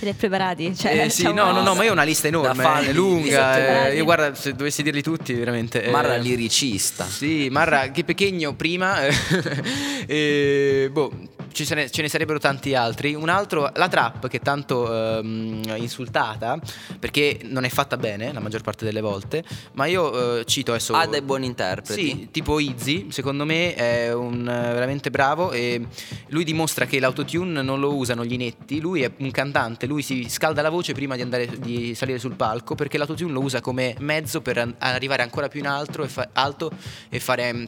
[SPEAKER 1] Se li è preparati, cioè,
[SPEAKER 3] Eh, sì,
[SPEAKER 1] diciamo-
[SPEAKER 3] no, no, no, ma io ho una lista
[SPEAKER 2] Da
[SPEAKER 3] enorme,
[SPEAKER 2] fan
[SPEAKER 3] eh,
[SPEAKER 2] di- di
[SPEAKER 3] lunga,
[SPEAKER 2] sette
[SPEAKER 3] eh,
[SPEAKER 1] brani.
[SPEAKER 3] io guarda, se dovessi dirli tutti, veramente... eh,
[SPEAKER 2] Marra liricista.
[SPEAKER 3] sì, Marra, che pechegno prima. eh, e, boh, ci se ne- ce ne sarebbero tanti altri. Un altro, la trap che è tanto ehm, insultata perché non è fatta bene la maggior parte delle volte. Ma io eh, cito adesso.
[SPEAKER 2] Ha dei buoni interpreti.
[SPEAKER 3] Sì, tipo Izzy, secondo me è un eh, veramente bravo e lui dimostra che l'autotune non lo usano gli netti, lui è un cantante, lui si scalda la voce prima di, andare, di salire sul palco perché l'autotune lo usa come mezzo per an- arrivare ancora più in alto e, fa- alto e fare mm,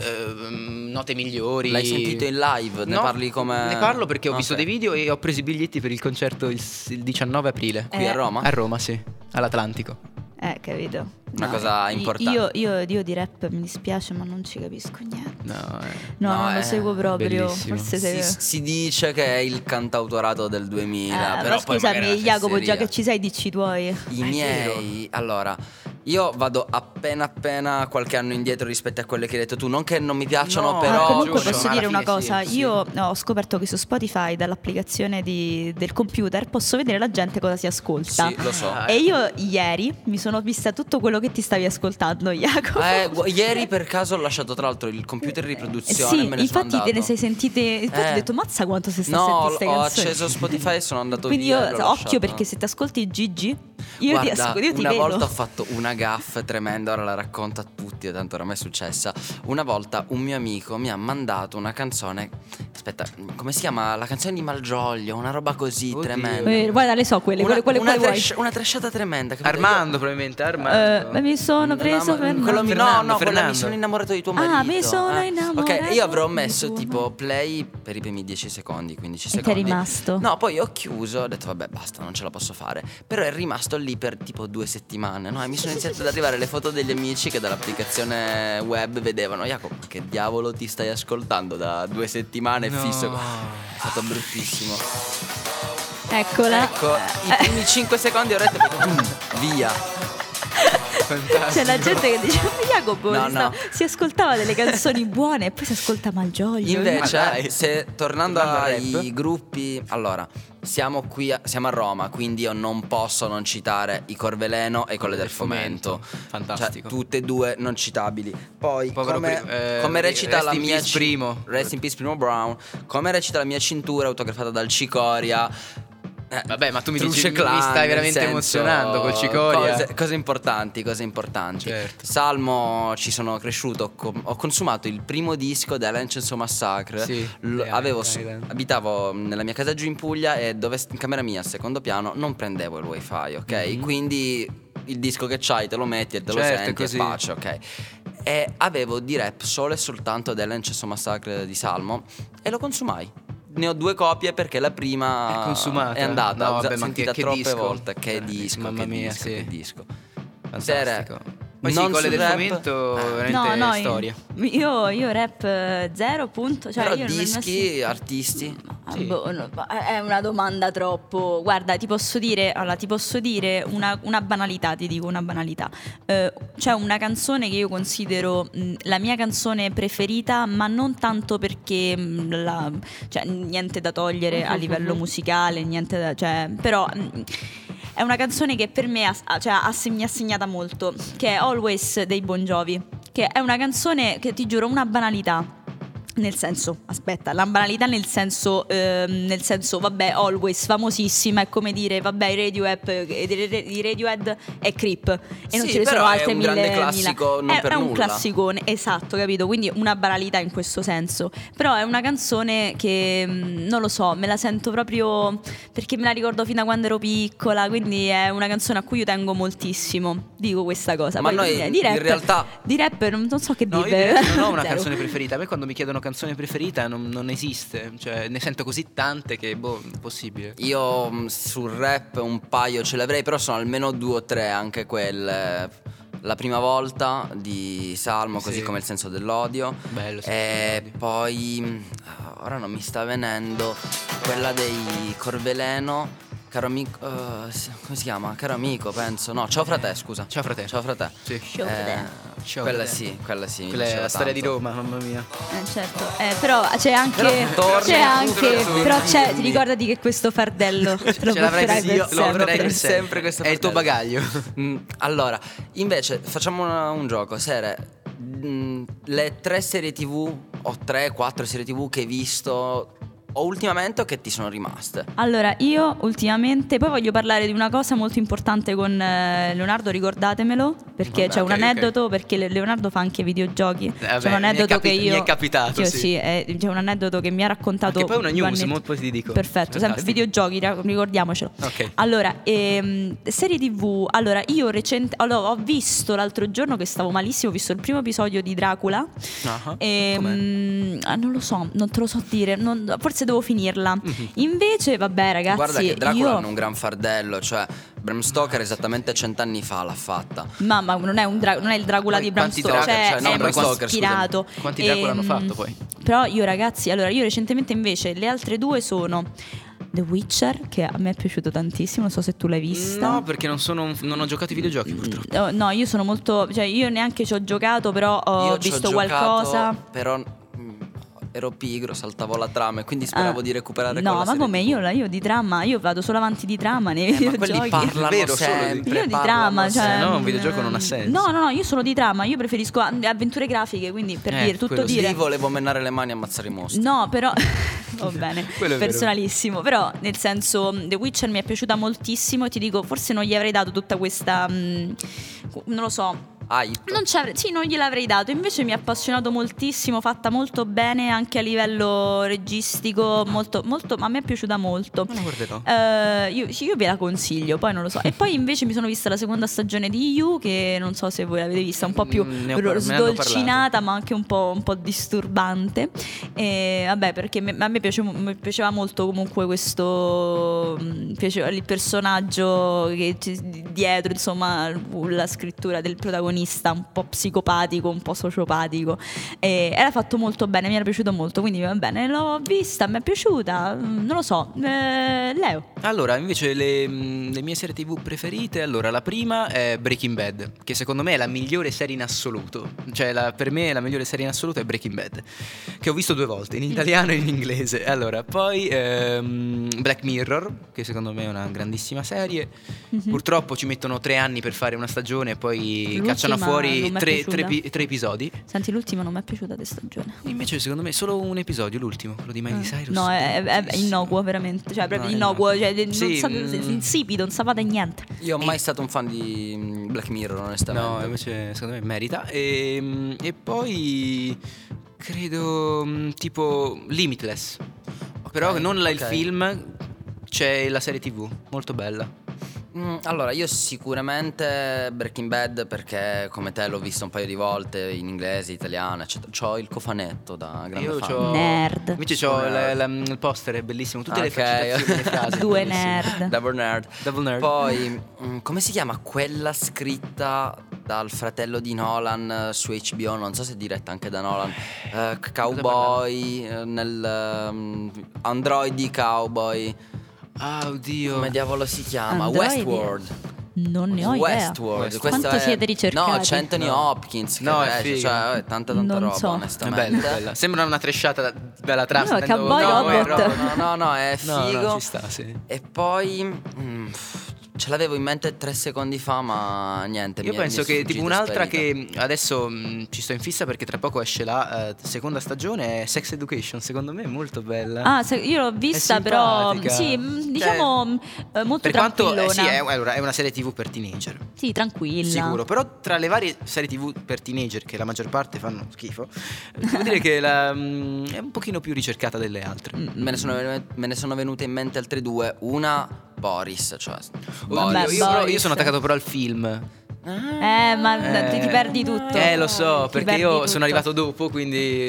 [SPEAKER 3] ehm, note migliori.
[SPEAKER 2] L'hai sentito in live? Ne
[SPEAKER 3] No,
[SPEAKER 2] parli come. Ah,
[SPEAKER 3] Ne parlo perché ho visto
[SPEAKER 2] Ok.
[SPEAKER 3] dei video e ho preso i biglietti per il concerto il, s- il 19 aprile.
[SPEAKER 2] Qui a
[SPEAKER 1] Eh.
[SPEAKER 2] Roma?
[SPEAKER 3] A Roma, sì, all'Atlantico.
[SPEAKER 1] Eh, capito.
[SPEAKER 2] Una
[SPEAKER 1] No,
[SPEAKER 2] cosa
[SPEAKER 1] i-
[SPEAKER 2] importante.
[SPEAKER 1] Io, io, io di rap mi dispiace, ma non ci capisco niente.
[SPEAKER 3] No, eh.
[SPEAKER 1] No,
[SPEAKER 2] No,
[SPEAKER 1] non
[SPEAKER 2] eh,
[SPEAKER 1] lo seguo proprio.
[SPEAKER 3] bellissimo.
[SPEAKER 1] Forse
[SPEAKER 2] Si,
[SPEAKER 1] se...
[SPEAKER 2] si dice che è il cantautorato del 2000,
[SPEAKER 1] Eh,
[SPEAKER 2] però
[SPEAKER 1] ma
[SPEAKER 2] poi magari è
[SPEAKER 1] scusami,
[SPEAKER 2] una
[SPEAKER 1] Jacopo, già
[SPEAKER 2] fesseria.
[SPEAKER 1] che ci sei, dici i tuoi.
[SPEAKER 2] I miei, allora, io vado appena appena qualche anno indietro rispetto a quelle che hai detto tu, non che non mi piacciono,
[SPEAKER 3] No,
[SPEAKER 2] però
[SPEAKER 1] Ah, comunque
[SPEAKER 3] giusto,
[SPEAKER 1] posso
[SPEAKER 3] alla
[SPEAKER 1] dire una
[SPEAKER 3] fine sì,
[SPEAKER 1] cosa,
[SPEAKER 3] sì.
[SPEAKER 1] io ho scoperto che su Spotify dall'applicazione di- del computer posso vedere la gente cosa si ascolta.
[SPEAKER 2] Sì, lo so.
[SPEAKER 3] Ah,
[SPEAKER 1] E io ieri mi sono vista tutto quello che ti stavi ascoltando, Jacopo.
[SPEAKER 2] Eh, gu- ieri per caso ho lasciato tra l'altro il computer di
[SPEAKER 1] Eh,
[SPEAKER 2] riproduzione,
[SPEAKER 1] sì,
[SPEAKER 2] me ne sono
[SPEAKER 1] infatti te
[SPEAKER 2] andato.
[SPEAKER 1] ne sei sentite. Infatti
[SPEAKER 2] Eh.
[SPEAKER 1] ho detto, mazza quanto se sta
[SPEAKER 2] No,
[SPEAKER 1] sentendo queste
[SPEAKER 2] ho ho
[SPEAKER 1] canzoni.
[SPEAKER 2] acceso Spotify e sono andato
[SPEAKER 1] Quindi
[SPEAKER 2] via.
[SPEAKER 1] io,
[SPEAKER 2] e l'ho
[SPEAKER 1] occhio
[SPEAKER 2] lasciato.
[SPEAKER 1] perché se ti ascolti Gigi, io ti,
[SPEAKER 2] Guarda,
[SPEAKER 1] asco- io ti
[SPEAKER 2] una
[SPEAKER 1] vedo.
[SPEAKER 2] volta ho fatto una gaffe tremenda, ora la racconto a tutti, tanto oramai è successa. Una volta un mio amico mi ha mandato una canzone Aspetta, come si chiama? La canzone di Malgioglio, una roba così
[SPEAKER 3] Oddio.
[SPEAKER 2] tremenda.
[SPEAKER 3] Eh,
[SPEAKER 1] Eh, guarda, le so quelle,
[SPEAKER 2] una,
[SPEAKER 1] quelle, quelle,
[SPEAKER 2] una
[SPEAKER 1] quelle vuoi.
[SPEAKER 2] trash- una trasciata tremenda. capito?
[SPEAKER 3] Armando, probabilmente
[SPEAKER 1] Eh,
[SPEAKER 3] Armando.
[SPEAKER 1] ma mi sono preso
[SPEAKER 2] ma-
[SPEAKER 1] per
[SPEAKER 2] quello mi-
[SPEAKER 1] mano.
[SPEAKER 2] no,
[SPEAKER 3] Fernando,
[SPEAKER 2] no, quella mi
[SPEAKER 3] Fernando.
[SPEAKER 2] sono innamorato di tuo
[SPEAKER 1] Ah,
[SPEAKER 2] marito. Eh.
[SPEAKER 1] mi sono innamorato
[SPEAKER 2] Ok, io avrò
[SPEAKER 1] di
[SPEAKER 2] messo
[SPEAKER 1] tuo
[SPEAKER 2] tipo
[SPEAKER 1] marito.
[SPEAKER 2] play per i primi 10 secondi, 15
[SPEAKER 1] E ti è
[SPEAKER 2] secondi.
[SPEAKER 1] rimasto.
[SPEAKER 2] No, poi ho chiuso, ho detto vabbè basta, non ce la posso fare. Però è rimasto lì per tipo due settimane, no? E mi sono iniziate ad arrivare le foto degli amici che dall'applicazione web vedevano, Jacopo, ma che diavolo ti stai ascoltando da due settimane
[SPEAKER 3] No.
[SPEAKER 2] fisso? È stato bruttissimo.
[SPEAKER 1] Eccola. Eh,
[SPEAKER 2] Ecco, i primi 5 secondi ho detto, boom, via.
[SPEAKER 3] Fantastico.
[SPEAKER 1] C'è Cioè, la gente che dice "Ma Jacopo
[SPEAKER 2] No,
[SPEAKER 1] si-
[SPEAKER 2] no.
[SPEAKER 1] si ascoltava delle canzoni buone e poi si ascolta Malgioglio.
[SPEAKER 3] Ma
[SPEAKER 2] Invece,
[SPEAKER 3] dai.
[SPEAKER 2] se tornando
[SPEAKER 3] Tornando al
[SPEAKER 2] ai
[SPEAKER 3] rap.
[SPEAKER 2] gruppi, allora siamo qui, a, siamo a Roma, quindi io non posso non citare i Corveleno e i Colle del Fomento.
[SPEAKER 3] Fantastico.
[SPEAKER 2] Cioè, tutte e due non citabili. Poi,
[SPEAKER 3] Povero
[SPEAKER 2] come,
[SPEAKER 3] pri- eh,
[SPEAKER 2] come
[SPEAKER 3] ri-
[SPEAKER 2] recita
[SPEAKER 3] rest
[SPEAKER 2] la
[SPEAKER 3] in
[SPEAKER 2] mia
[SPEAKER 3] peace
[SPEAKER 2] ci-
[SPEAKER 3] Primo.
[SPEAKER 2] Rest in peace Primo Brown, come recita la mia cintura autografata dal Cicoria. eh,
[SPEAKER 3] Vabbè, ma tu mi
[SPEAKER 2] Truce
[SPEAKER 3] dici- mi
[SPEAKER 2] Clan,
[SPEAKER 3] stai
[SPEAKER 2] nel
[SPEAKER 3] veramente
[SPEAKER 2] senso,
[SPEAKER 3] emozionando col Cicoria.
[SPEAKER 2] Cose, cose importanti, cose importanti.
[SPEAKER 3] Certo.
[SPEAKER 2] Salmo ci sono cresciuto, com- ho consumato il primo disco dell'Encenso Massacre.
[SPEAKER 3] Sì,
[SPEAKER 2] L-
[SPEAKER 3] dai,
[SPEAKER 2] avevo
[SPEAKER 3] dai,
[SPEAKER 2] su-
[SPEAKER 3] dai.
[SPEAKER 2] abitavo mm, nella mia casa giù in Puglia e dove in camera mia, al secondo piano, non prendevo il wifi, ok?
[SPEAKER 3] Mhm.
[SPEAKER 2] Quindi il disco che c'hai te lo metti e te lo
[SPEAKER 3] Certo,
[SPEAKER 2] senti
[SPEAKER 3] così.
[SPEAKER 2] e pace, ok? E avevo di rap solo e soltanto dell'Encenso Massacre di Salmo e lo consumai. Ne ho due copie perché la prima
[SPEAKER 3] È consumata?
[SPEAKER 2] è andata,
[SPEAKER 3] No,
[SPEAKER 2] l'ho
[SPEAKER 3] vabbè, ma
[SPEAKER 2] sentita
[SPEAKER 3] che- che
[SPEAKER 2] troppe
[SPEAKER 3] disco?
[SPEAKER 2] volte. Che
[SPEAKER 3] Eh,
[SPEAKER 2] disco,
[SPEAKER 3] mamma
[SPEAKER 2] che
[SPEAKER 3] mia,
[SPEAKER 2] disco,
[SPEAKER 3] sì.
[SPEAKER 2] che disco.
[SPEAKER 3] Fantastico. Poi
[SPEAKER 2] non
[SPEAKER 3] sì, Colle
[SPEAKER 2] sul
[SPEAKER 3] del
[SPEAKER 2] rap.
[SPEAKER 3] Fomento,
[SPEAKER 2] Eh.
[SPEAKER 3] veramente
[SPEAKER 1] no,
[SPEAKER 3] storia.
[SPEAKER 1] Io, io rap eh, zero, punto. Cioè,
[SPEAKER 2] Però
[SPEAKER 1] io non-
[SPEAKER 2] dischi, artisti.
[SPEAKER 1] Ah,
[SPEAKER 3] Sì.
[SPEAKER 1] boh, no, ma è una domanda troppo. Guarda, ti posso dire, allora, ti posso dire una, una banalità, ti dico una banalità. Eh, c'è una canzone che io considero mh, la mia canzone preferita, ma non tanto perché mh, la- cioè, niente da togliere a livello musicale, niente da, cioè, però. mh, è una canzone che per me ha- ha- cioè, ha seg- mi ha segnata molto, che è Always dei Bon Jovi, che è una canzone che ti giuro una banalità. Nel senso, aspetta, la banalità nel senso, ehm, nel senso, vabbè, always famosissima, è come dire, vabbè, i Radiohead, eh, i Radiohead è Creep e non
[SPEAKER 2] Sì,
[SPEAKER 1] ce ne
[SPEAKER 2] però
[SPEAKER 1] sono
[SPEAKER 2] è
[SPEAKER 1] altre
[SPEAKER 2] un
[SPEAKER 1] mille.
[SPEAKER 2] grande
[SPEAKER 1] mille.
[SPEAKER 2] classico, non
[SPEAKER 1] è,
[SPEAKER 2] per
[SPEAKER 1] è un
[SPEAKER 2] nulla.
[SPEAKER 1] classicone, esatto, capito? Quindi una banalità in questo senso. Però è una canzone che, mh, non lo so, me la sento proprio perché me la ricordo fino da quando ero piccola, quindi è una canzone a cui io tengo moltissimo, dico questa cosa.
[SPEAKER 2] Ma
[SPEAKER 1] Poi,
[SPEAKER 2] noi
[SPEAKER 1] eh,
[SPEAKER 2] in
[SPEAKER 1] di rap-
[SPEAKER 2] realtà
[SPEAKER 1] Di rap non, non so che
[SPEAKER 3] No, io
[SPEAKER 1] dire.
[SPEAKER 3] direi che non ho una
[SPEAKER 1] Zero.
[SPEAKER 3] canzone preferita. A me quando mi chiedono canzone preferita non, non esiste. Cioè, ne sento così tante che, boh, impossibile.
[SPEAKER 2] Io mh, sul rap un paio ce l'avrei, però sono almeno due o tre anche quelle. La prima volta di Salmo, così
[SPEAKER 3] Sì.
[SPEAKER 2] come il senso dell'odio.
[SPEAKER 3] Bello, sì,
[SPEAKER 2] E
[SPEAKER 3] odio.
[SPEAKER 2] poi mh, ora non mi sta venendo quella dei Corveleno. Caro amico, eh, si- come si chiama? Caro amico, penso. No, ciao frate, scusa.
[SPEAKER 3] Ciao frate.
[SPEAKER 2] Ciao frate. Eh,
[SPEAKER 3] Sì.
[SPEAKER 1] Ciao, frate.
[SPEAKER 3] Ciao,
[SPEAKER 2] quella
[SPEAKER 3] frate.
[SPEAKER 2] sì, quella sì. mi
[SPEAKER 3] Quella è
[SPEAKER 2] piaceva
[SPEAKER 3] la storia di
[SPEAKER 2] tanto.
[SPEAKER 3] Roma, mamma mia.
[SPEAKER 1] Eh, certo, eh, però c'è anche,
[SPEAKER 2] Però torna,
[SPEAKER 1] c'è anche
[SPEAKER 2] torna,
[SPEAKER 1] però
[SPEAKER 2] torna.
[SPEAKER 1] c'è, ricordati che questo fardello te lo
[SPEAKER 3] Ce l'avrai
[SPEAKER 1] porterai
[SPEAKER 3] sì,
[SPEAKER 1] per
[SPEAKER 3] io te lo
[SPEAKER 1] sempre.
[SPEAKER 3] porterai per
[SPEAKER 2] Sempre
[SPEAKER 3] sempre.
[SPEAKER 2] questo
[SPEAKER 3] È il tuo
[SPEAKER 2] fratello.
[SPEAKER 3] bagaglio.
[SPEAKER 2] Mm, allora, invece facciamo una- un gioco, Sere. mm, le tre serie TV o tre, quattro serie TV che hai visto o ultimamente o che ti sono rimaste?
[SPEAKER 1] Allora, io ultimamente poi voglio parlare di una cosa molto importante con eh, Leonardo, ricordatemelo, perché
[SPEAKER 3] Vabbè,
[SPEAKER 1] c'è un
[SPEAKER 3] ok, ok.
[SPEAKER 1] aneddoto, perché Le- Leonardo fa anche videogiochi.
[SPEAKER 3] vabbè,
[SPEAKER 1] c'è un
[SPEAKER 3] mi è
[SPEAKER 1] aneddoto
[SPEAKER 3] capi-
[SPEAKER 1] che io...
[SPEAKER 3] mi è capitato,
[SPEAKER 1] io
[SPEAKER 3] sì.
[SPEAKER 1] eh, c'è un aneddoto che mi ha raccontato...
[SPEAKER 3] Anche poi una news,
[SPEAKER 1] Giovannetti.
[SPEAKER 3] mo poi ti dico.
[SPEAKER 1] Perfetto, sempre
[SPEAKER 3] Fantastico.
[SPEAKER 1] videogiochi, ra- ricordiamocelo.
[SPEAKER 3] Ok.
[SPEAKER 1] Allora, ehm, serie TV. Allora, io recente allora, ho visto l'altro giorno che stavo malissimo, ho visto il primo episodio di Dracula.
[SPEAKER 3] Ah,
[SPEAKER 1] E,
[SPEAKER 3] com'è?
[SPEAKER 1] mm, ah, non lo so, non te lo so dire, non- forse devo finirla. Invece, vabbè, ragazzi,
[SPEAKER 2] Guarda che Dracula
[SPEAKER 1] io
[SPEAKER 2] hanno un gran fardello, cioè Bram Stoker esattamente cent'anni fa l'ha fatta.
[SPEAKER 1] Mamma, non è, un dra- non è il Dracula
[SPEAKER 3] Poi
[SPEAKER 1] di Bram
[SPEAKER 3] quanti
[SPEAKER 1] Stoker,
[SPEAKER 2] Dracula-
[SPEAKER 1] cioè,
[SPEAKER 2] cioè, no,
[SPEAKER 1] è
[SPEAKER 2] Bram Stoker,
[SPEAKER 1] ispirato.
[SPEAKER 3] Quanti Dracula hanno
[SPEAKER 1] Ehm,
[SPEAKER 3] fatto poi?
[SPEAKER 1] Però io ragazzi, allora io recentemente invece le altre due sono The Witcher, che a me è piaciuto tantissimo, non so se tu l'hai vista.
[SPEAKER 3] No, perché non, sono un- non ho giocato ai
[SPEAKER 2] Mm.
[SPEAKER 3] videogiochi purtroppo.
[SPEAKER 1] Oh, no, io sono molto. Cioè, io neanche ci ho giocato, però ho
[SPEAKER 2] Io ci ho
[SPEAKER 1] visto
[SPEAKER 2] giocato,
[SPEAKER 1] qualcosa.
[SPEAKER 2] Però mm, ero pigro, saltavo la trama e quindi speravo
[SPEAKER 1] Ah.
[SPEAKER 2] di recuperare
[SPEAKER 1] No,
[SPEAKER 2] quella
[SPEAKER 1] ma
[SPEAKER 2] serie
[SPEAKER 1] come
[SPEAKER 2] TV.
[SPEAKER 1] io, la- io di dramma, io vado solo avanti di dramma nei
[SPEAKER 2] Eh, ma quelli
[SPEAKER 1] videogiochi.
[SPEAKER 2] parlano
[SPEAKER 3] Vero, solo di-
[SPEAKER 2] sempre.
[SPEAKER 1] Io di
[SPEAKER 2] parlano
[SPEAKER 1] trama, cioè.
[SPEAKER 2] sempre.
[SPEAKER 3] no, un videogioco non ha
[SPEAKER 1] mm,
[SPEAKER 3] senso.
[SPEAKER 1] No, no, no, io sono di trama, io preferisco a- avventure grafiche, quindi per
[SPEAKER 3] Eh,
[SPEAKER 1] dire tutto
[SPEAKER 3] quello sì.
[SPEAKER 1] dire.
[SPEAKER 2] Lì volevo menare le mani e ammazzare i mostri.
[SPEAKER 1] No, però va bene,
[SPEAKER 3] Quello è vero.
[SPEAKER 1] personalissimo, però nel senso mh, The Witcher mi è piaciuta moltissimo e ti dico forse mm, non gli avrei dato tutta questa mh, cu- non lo so
[SPEAKER 2] hype?
[SPEAKER 1] Non ci avrei- sì, non gliel'avrei dato. Invece mi ha appassionato moltissimo, fatta molto bene anche a livello registico, molto, molto, ma a me è piaciuta molto.
[SPEAKER 3] Ma la guarderò.
[SPEAKER 1] Eh, io, sì, io ve la consiglio, poi non lo so. E poi invece mi sono vista la seconda stagione di You, che non so se voi l'avete vista, un po' più
[SPEAKER 3] Mm, ne ho par- me ne hanno
[SPEAKER 1] sdolcinata, ma anche un po', un po' disturbante. E, vabbè, perché me- a me piace- mi piaceva molto comunque questo mi piaceva il personaggio che ci- dietro, insomma, la scrittura del protagonista, un po' psicopatico, un po' sociopatico. E era fatto molto bene, mi era piaciuto molto, quindi va bene, l'ho vista, mi è piaciuta, mm, non lo so. Eh, Leo.
[SPEAKER 3] Allora, invece le, mh, le mie serie TV preferite, allora la prima è Breaking Bad, che secondo me è la migliore serie in assoluto, cioè la- per me la migliore serie in assoluto è Breaking Bad, che ho visto due volte, in italiano e in inglese. Allora, poi ehm, Black Mirror, che secondo me è una grandissima serie.
[SPEAKER 1] Mhm.
[SPEAKER 3] Purtroppo ci mettono tre anni per fare una stagione e poi
[SPEAKER 1] L'ultima
[SPEAKER 3] cacciano fuori
[SPEAKER 1] non mi è
[SPEAKER 3] tre,
[SPEAKER 1] piaciuta.
[SPEAKER 3] tre pi- tre episodi.
[SPEAKER 1] Senti, l'ultima non mi è piaciuta di stagione.
[SPEAKER 3] Invece secondo me solo un episodio, l'ultimo, quello di Miley Cyrus.
[SPEAKER 1] Ah. Eh. No, è, è- è
[SPEAKER 3] bruttissimo.
[SPEAKER 1] innocuo, veramente. Cioè, proprio
[SPEAKER 3] No, è
[SPEAKER 1] innocuo. Cioè, non
[SPEAKER 3] Sì,
[SPEAKER 1] sa-
[SPEAKER 3] mm.
[SPEAKER 1] insipido, non sapete niente.
[SPEAKER 2] Io ho mai stato un fan di mm, Black Mirror, onestamente.
[SPEAKER 3] No, invece secondo me merita. E, e poi credo mm, tipo Limitless. Però non la- il
[SPEAKER 2] ok.
[SPEAKER 3] film, c'è la serie tv, molto bella.
[SPEAKER 2] Mm, Allora, io sicuramente Breaking Bad perché come te l'ho visto un paio di volte in inglese, italiano, eccetera. C'ho il cofanetto da grande
[SPEAKER 3] Io
[SPEAKER 2] fan.
[SPEAKER 3] c'ho-
[SPEAKER 1] Nerd.
[SPEAKER 3] Invece ho la- la- il poster, è bellissimo, tutte le
[SPEAKER 2] Ok.
[SPEAKER 3] facilitazioni, le frasi.
[SPEAKER 1] Due
[SPEAKER 3] bellissime.
[SPEAKER 1] nerd.
[SPEAKER 2] Double nerd.
[SPEAKER 3] Double nerd.
[SPEAKER 2] Poi, mm, come si chiama quella scritta dal fratello di Nolan eh, su HBO? Non so se è diretta anche da Nolan. Eh, c- cowboy, eh, nel ehm, Androidi Cowboy.
[SPEAKER 3] Ah, oddio.
[SPEAKER 2] Come diavolo si chiama?
[SPEAKER 1] Androidi?
[SPEAKER 2] Westworld.
[SPEAKER 1] Non ne ho idea.
[SPEAKER 2] Westworld.
[SPEAKER 3] Westworld.
[SPEAKER 2] Questo
[SPEAKER 1] Quanto
[SPEAKER 2] è-
[SPEAKER 1] siete ricercati?
[SPEAKER 2] No, c'è Anthony
[SPEAKER 3] No.
[SPEAKER 2] Hopkins. Che
[SPEAKER 3] No, è
[SPEAKER 2] esce,
[SPEAKER 3] figo.
[SPEAKER 2] cioè, eh, tanta tanta
[SPEAKER 1] Non
[SPEAKER 2] roba,
[SPEAKER 1] so.
[SPEAKER 3] È
[SPEAKER 2] onestamente.
[SPEAKER 3] bella, è bella. Sembra una tresciata da- dalla trasta.
[SPEAKER 1] No,
[SPEAKER 3] intendo-
[SPEAKER 1] Cowboy
[SPEAKER 3] no, è
[SPEAKER 1] Robot.
[SPEAKER 3] roba-
[SPEAKER 2] No, no, no, è
[SPEAKER 3] No,
[SPEAKER 2] figo.
[SPEAKER 3] no, ci sta, sì.
[SPEAKER 2] E poi mm, pff, ce l'avevo in mente tre secondi fa, ma niente.
[SPEAKER 3] Io
[SPEAKER 2] mi è-
[SPEAKER 3] penso
[SPEAKER 2] mi è
[SPEAKER 3] che
[SPEAKER 2] sfuggito,
[SPEAKER 3] tipo un'altra
[SPEAKER 2] sparita.
[SPEAKER 3] che adesso mh, ci sto in fissa perché tra poco esce la eh, seconda stagione è Sex Education, secondo me è molto bella.
[SPEAKER 1] Ah, se- io l'ho vista, però.
[SPEAKER 3] simpatica.
[SPEAKER 1] Sì, mh,
[SPEAKER 3] Cioè,
[SPEAKER 1] diciamo mh, eh, molto
[SPEAKER 3] per quanto eh,
[SPEAKER 1] tranquillona.
[SPEAKER 3] sì, è, allora, è una serie TV per teenager.
[SPEAKER 1] Sì, tranquilla.
[SPEAKER 3] Sicuro, però tra le varie serie TV per teenager che la maggior parte fanno schifo, eh, devo dire che la, mh, è un pochino più ricercata delle altre.
[SPEAKER 1] Mm.
[SPEAKER 2] Me ne, sono, venu- me ne sono venute in mente altre due. Una, Boris. Cioè,
[SPEAKER 3] Oddio,
[SPEAKER 1] Vabbè,
[SPEAKER 3] io, però- io
[SPEAKER 1] Boris.
[SPEAKER 3] sono attaccato però al film.
[SPEAKER 1] Eh, ma ti, ti perdi tutto.
[SPEAKER 3] Eh, lo so,
[SPEAKER 1] Ti
[SPEAKER 3] perché
[SPEAKER 1] perdi
[SPEAKER 3] io
[SPEAKER 1] tutto.
[SPEAKER 3] sono arrivato dopo, quindi...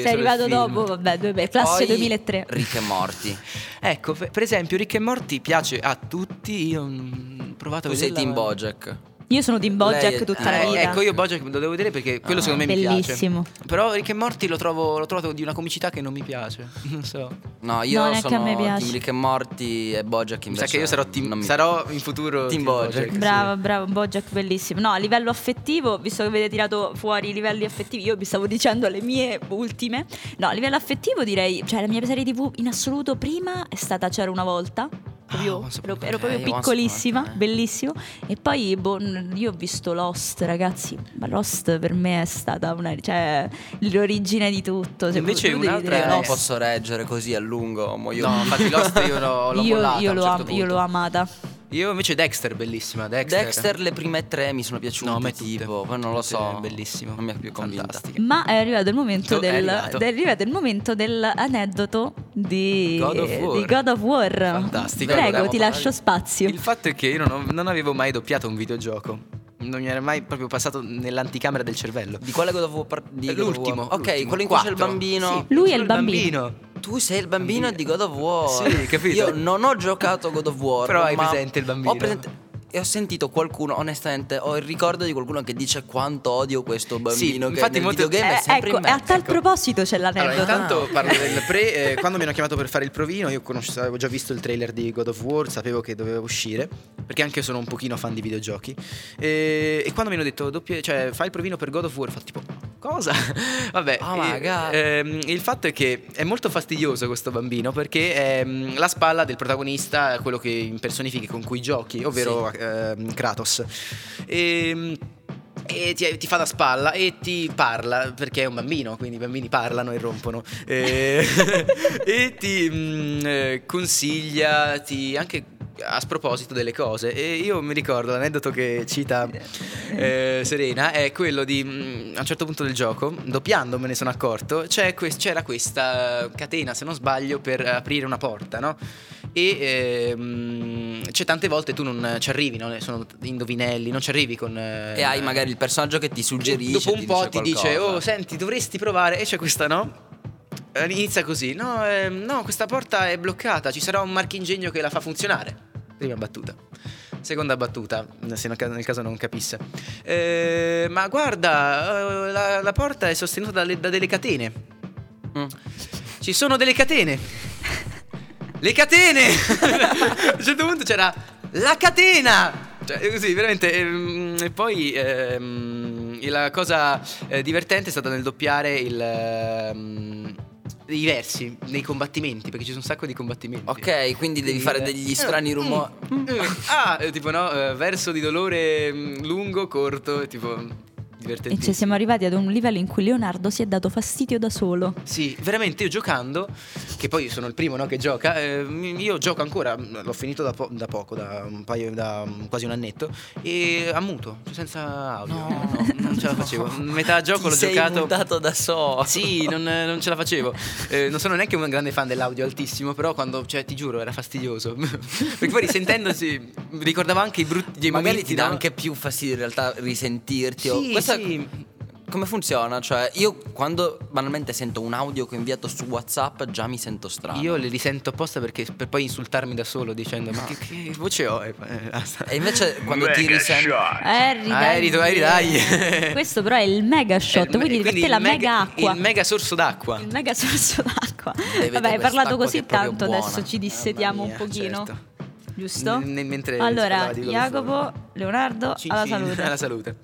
[SPEAKER 1] Sei
[SPEAKER 3] solo il
[SPEAKER 1] arrivato
[SPEAKER 3] film.
[SPEAKER 1] dopo, vabbè, due be- classe
[SPEAKER 2] Poi,
[SPEAKER 1] 2003.
[SPEAKER 2] Rick e Morti.
[SPEAKER 3] Ecco, fe- per esempio, Ricche e Morti piace a tutti. Io mm, ho provato
[SPEAKER 2] Tu
[SPEAKER 3] a
[SPEAKER 2] sei
[SPEAKER 3] vederla.
[SPEAKER 2] Team
[SPEAKER 3] ma-
[SPEAKER 2] Bojack.
[SPEAKER 1] Io sono Team Bojack
[SPEAKER 2] Lei è-
[SPEAKER 1] tutta la
[SPEAKER 3] Eh,
[SPEAKER 1] vita.
[SPEAKER 3] ecco, io Bojack lo devo vedere perché quello
[SPEAKER 2] Ah.
[SPEAKER 3] secondo me mi
[SPEAKER 1] Bellissimo.
[SPEAKER 3] piace. Però Ricche e Morti lo trovo, lo trovo di una comicità che non mi piace. Non so.
[SPEAKER 2] No, io
[SPEAKER 1] No, neanche a
[SPEAKER 2] sono
[SPEAKER 1] me piace.
[SPEAKER 2] Team Rick e Morti e Bojack
[SPEAKER 3] Mi
[SPEAKER 2] invece.
[SPEAKER 3] sa che io sarò,
[SPEAKER 2] non
[SPEAKER 3] team,
[SPEAKER 2] mi-
[SPEAKER 3] sarò in futuro
[SPEAKER 2] Team Bojack,
[SPEAKER 3] sì.
[SPEAKER 1] Bravo, bravo, Bojack bellissimo. No, a livello affettivo, visto che avete tirato fuori i livelli affettivi, io vi stavo dicendo le mie ultime. No, a livello affettivo direi, cioè la mia serie TV in assoluto prima è stata C'era una volta. Proprio,
[SPEAKER 3] Once Upon
[SPEAKER 1] ero,
[SPEAKER 3] a Time.
[SPEAKER 1] ero proprio
[SPEAKER 2] Eh, Once Upon a
[SPEAKER 1] piccolissima,
[SPEAKER 2] Time.
[SPEAKER 1] bellissimo. E poi boh, n- io ho visto Lost, ragazzi. Ma Lost per me è stata una, cioè, l'origine di tutto. Se
[SPEAKER 3] Invece
[SPEAKER 1] tu devi
[SPEAKER 3] un'altra
[SPEAKER 1] vedere
[SPEAKER 2] Io non
[SPEAKER 1] Lost.
[SPEAKER 2] Eh, posso reggere così a lungo. Muoio.
[SPEAKER 3] No, infatti Lost io l'ho, l'ho
[SPEAKER 1] Io,
[SPEAKER 3] mollata
[SPEAKER 1] io
[SPEAKER 3] a un
[SPEAKER 1] l'ho
[SPEAKER 3] certo
[SPEAKER 1] am- io
[SPEAKER 3] punto.
[SPEAKER 1] l'ho amata.
[SPEAKER 3] Io invece Dexter, bellissima. Dexter.
[SPEAKER 2] Dexter le prime tre mi sono piaciute
[SPEAKER 3] No, a me tutte.
[SPEAKER 2] tipo, poi non lo
[SPEAKER 3] Tutte
[SPEAKER 2] so,
[SPEAKER 3] bellissimo.
[SPEAKER 2] non mi ha più convinta.
[SPEAKER 3] Fantastica.
[SPEAKER 1] Ma è arrivato il momento
[SPEAKER 3] Do- è
[SPEAKER 1] del,
[SPEAKER 3] arrivato.
[SPEAKER 1] del- è arrivato il momento dell'aneddoto di
[SPEAKER 3] God of
[SPEAKER 1] eh,
[SPEAKER 3] War.
[SPEAKER 1] di God of War.
[SPEAKER 3] Fantastico.
[SPEAKER 1] Prego,
[SPEAKER 3] Volevamo
[SPEAKER 1] ti
[SPEAKER 3] parlare-
[SPEAKER 1] lascio spazio.
[SPEAKER 3] Il fatto è che io non, ho- non avevo mai doppiato un videogioco. Non mi era mai proprio passato nell'anticamera del cervello.
[SPEAKER 2] Di quale God of War par- di God of War?
[SPEAKER 3] L'ultimo,
[SPEAKER 2] Ok,
[SPEAKER 3] l'ultimo.
[SPEAKER 2] quello in cui c'è il
[SPEAKER 3] Quattro.
[SPEAKER 2] bambino.
[SPEAKER 1] Lui è il
[SPEAKER 3] Sul
[SPEAKER 1] bambino.
[SPEAKER 2] Tu sei il bambino di God of War.
[SPEAKER 3] Sì, capito.
[SPEAKER 2] Io non ho giocato God of War.
[SPEAKER 3] Però hai
[SPEAKER 2] ma
[SPEAKER 3] presente il bambino.
[SPEAKER 2] Ho presente- E ho sentito qualcuno, onestamente, ho il ricordo di qualcuno che dice quanto odio questo bambino che
[SPEAKER 3] infatti
[SPEAKER 2] nel
[SPEAKER 3] molte-
[SPEAKER 2] videogame è
[SPEAKER 1] Eh,
[SPEAKER 2] sempre
[SPEAKER 1] ecco,
[SPEAKER 2] in
[SPEAKER 1] e a
[SPEAKER 2] mezzo.
[SPEAKER 1] tal proposito c'è
[SPEAKER 3] Allora,
[SPEAKER 1] l'aneddoto.
[SPEAKER 3] intanto parlo del pre. eh, quando mi hanno chiamato per fare il provino, io conosce- avevo già visto il trailer di God of War, sapevo che doveva uscire. Perché anche io sono un pochino fan di videogiochi. E, e quando mi hanno detto, doppie- cioè, fai il provino per God of War, ho fatto tipo. Cosa? Vabbè,
[SPEAKER 2] Oh my
[SPEAKER 3] e-
[SPEAKER 2] God.
[SPEAKER 3] ehm, il fatto è che è molto fastidioso questo bambino perché è mm, la spalla del protagonista, quello che impersonifichi con cui giochi, ovvero ehm, Kratos. E, mm, e ti, ti fa da spalla e ti parla perché è un bambino, quindi i bambini parlano e rompono. Eh, E, ti mm, eh, consiglia, ti anche a sproposito delle cose, e io mi ricordo l'aneddoto che cita eh, Serena è quello di mm, a un certo punto del gioco, doppiando me ne sono accorto, c'è que- c'era questa catena, se non sbaglio, per aprire una porta, no? E ehm, c'è tante volte tu non ci arrivi, no? sono indovinelli, non ci arrivi con... eh,
[SPEAKER 2] E hai magari il personaggio che ti suggerisce.
[SPEAKER 3] Dopo un po' ti dice,
[SPEAKER 2] qualcosa.
[SPEAKER 3] oh senti, dovresti provare, e c'è questa no. Eh, Inizia così, no, ehm, no, questa porta è bloccata, ci sarà un marchingegno che la fa funzionare. Prima battuta. Seconda battuta, se nel ca- nel caso non capisse. Eh, ma guarda, eh, la, la porta è sostenuta dalle- da delle catene.
[SPEAKER 2] Mm.
[SPEAKER 3] Ci sono delle catene. Le catene! A un certo punto c'era la catena! Cioè, così, veramente. ehm, E poi ehm, e la cosa eh, divertente è stata nel doppiare il, ehm, i versi nei combattimenti, perché ci sono un sacco di combattimenti. Eh,
[SPEAKER 2] Ok, quindi devi fare degli strani rumori.
[SPEAKER 3] Mm, ah, eh, tipo no, eh, verso di dolore mm, lungo, corto, e tipo divertente.
[SPEAKER 1] E ci siamo arrivati ad un livello in cui Leonardo si è dato fastidio da solo.
[SPEAKER 3] Sì, veramente io giocando, che poi io sono il primo no, che gioca, eh, mi- io gioco ancora, mm, l'ho finito da, po- da poco, da, un paio, da mm, quasi un annetto, e a muto, cioè senza audio,
[SPEAKER 2] No,
[SPEAKER 3] no, non ce la facevo. Metà gioco
[SPEAKER 2] Ti
[SPEAKER 3] l'ho
[SPEAKER 2] sei
[SPEAKER 3] giocato...
[SPEAKER 2] mutato da solo.
[SPEAKER 3] Sì, non, eh, non ce la facevo. Eh, non sono neanche un grande fan dell'audio altissimo, però quando, cioè, ti giuro, era fastidioso. Perché poi risentendosi, mi ricordavo anche i brutti i
[SPEAKER 2] Magari
[SPEAKER 3] momenti,
[SPEAKER 2] ti dà
[SPEAKER 3] no?
[SPEAKER 2] anche più fastidio in realtà risentirti. o-
[SPEAKER 3] Sì,
[SPEAKER 2] Questa-
[SPEAKER 3] sì.
[SPEAKER 2] Come funziona? Cioè, io quando banalmente sento un audio che ho inviato su WhatsApp già mi sento strano.
[SPEAKER 3] Io le risento apposta perché per poi insultarmi da solo dicendo ma che, che voce ho? E, poi- eh, basta.
[SPEAKER 2] E invece quando ti risenti.
[SPEAKER 3] Ah,
[SPEAKER 1] Harry, dai.
[SPEAKER 3] Harry, tu- Harry, dai.
[SPEAKER 1] Eh, Questo però è il mega shot,
[SPEAKER 3] Eh,
[SPEAKER 1] quindi, per te la
[SPEAKER 3] il
[SPEAKER 1] mega, acqua.
[SPEAKER 3] Il mega sorso d'acqua.
[SPEAKER 1] Il mega sorso d'acqua.
[SPEAKER 2] vedere
[SPEAKER 1] Vabbè, hai parlato
[SPEAKER 2] quest'acqua che
[SPEAKER 1] così
[SPEAKER 2] è proprio
[SPEAKER 1] tanto,
[SPEAKER 2] buona.
[SPEAKER 1] adesso ci dissediamo un
[SPEAKER 3] Mamma mia,
[SPEAKER 1] pochino.
[SPEAKER 3] certo.
[SPEAKER 1] Giusto?
[SPEAKER 3] N- nel- mentre
[SPEAKER 1] allora,
[SPEAKER 3] parlava di quello che
[SPEAKER 1] Jacopo, Leonardo,
[SPEAKER 3] Cin,
[SPEAKER 1] alla
[SPEAKER 3] cin,
[SPEAKER 1] salute.
[SPEAKER 3] Alla salute.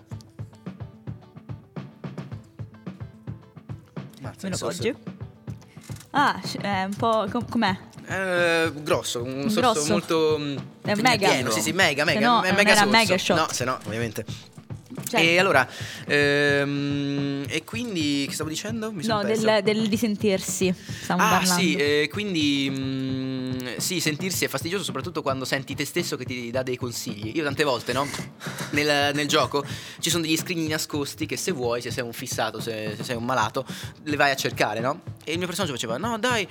[SPEAKER 3] Mazza,
[SPEAKER 1] Meno
[SPEAKER 3] il sorso.
[SPEAKER 1] oggi. Ah, c- è un po'... com- com'è?
[SPEAKER 3] Eh, grosso, un sorso
[SPEAKER 1] Grosso.
[SPEAKER 3] molto mm,
[SPEAKER 1] È un mega.
[SPEAKER 3] pieno, Sì, sì, mega,
[SPEAKER 1] Se
[SPEAKER 3] mega,
[SPEAKER 1] no,
[SPEAKER 3] è
[SPEAKER 1] non
[SPEAKER 3] mega
[SPEAKER 1] era
[SPEAKER 3] sorso.
[SPEAKER 1] mega shot.
[SPEAKER 3] No, se no, ovviamente.
[SPEAKER 1] Cioè-
[SPEAKER 3] E allora, ehm, e quindi che stavo dicendo? Mi sono
[SPEAKER 1] no,
[SPEAKER 3] perso.
[SPEAKER 1] del, del risentirsi. Stiamo
[SPEAKER 3] Ah
[SPEAKER 1] parlando.
[SPEAKER 3] sì, eh, quindi mm, sì, sentirsi è fastidioso soprattutto quando senti te stesso che ti dà dei consigli. Io tante volte, no? Nel, nel gioco ci sono degli scrigni nascosti che se vuoi, se sei un fissato, se, se sei un malato, le vai a cercare, no? E il mio personaggio faceva, no dai,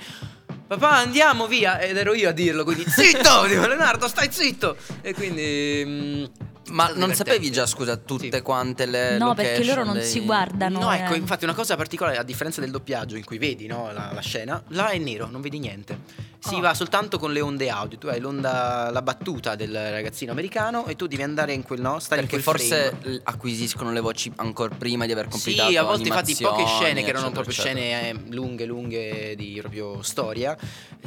[SPEAKER 3] papà andiamo via! Ed ero io a dirlo, quindi zitto! Dico, Leonardo, stai zitto! E quindi... mm,
[SPEAKER 2] Ma
[SPEAKER 3] stato
[SPEAKER 2] non
[SPEAKER 3] divertente.
[SPEAKER 2] sapevi già, scusa, tutte
[SPEAKER 3] Sì.
[SPEAKER 2] quante le.
[SPEAKER 1] No, perché
[SPEAKER 2] location
[SPEAKER 1] loro non
[SPEAKER 2] dei-
[SPEAKER 1] si guardano.
[SPEAKER 3] No, ecco,
[SPEAKER 1] eh.
[SPEAKER 3] infatti una cosa particolare, a differenza del doppiaggio in cui vedi no, la, la scena, là è nero, non vedi niente. Si
[SPEAKER 1] Oh.
[SPEAKER 3] va soltanto con le onde audio, tu hai l'onda, la battuta del ragazzino americano e tu devi andare in quel no, stare
[SPEAKER 2] Perché
[SPEAKER 3] in quel
[SPEAKER 2] forse
[SPEAKER 3] frame.
[SPEAKER 2] l- acquisiscono le voci ancora prima di aver completato
[SPEAKER 3] Sì, a volte infatti poche
[SPEAKER 2] animazioni,
[SPEAKER 3] scene che erano
[SPEAKER 2] eccetera,
[SPEAKER 3] proprio
[SPEAKER 2] eccetera.
[SPEAKER 3] scene eh, lunghe, lunghe di proprio storia,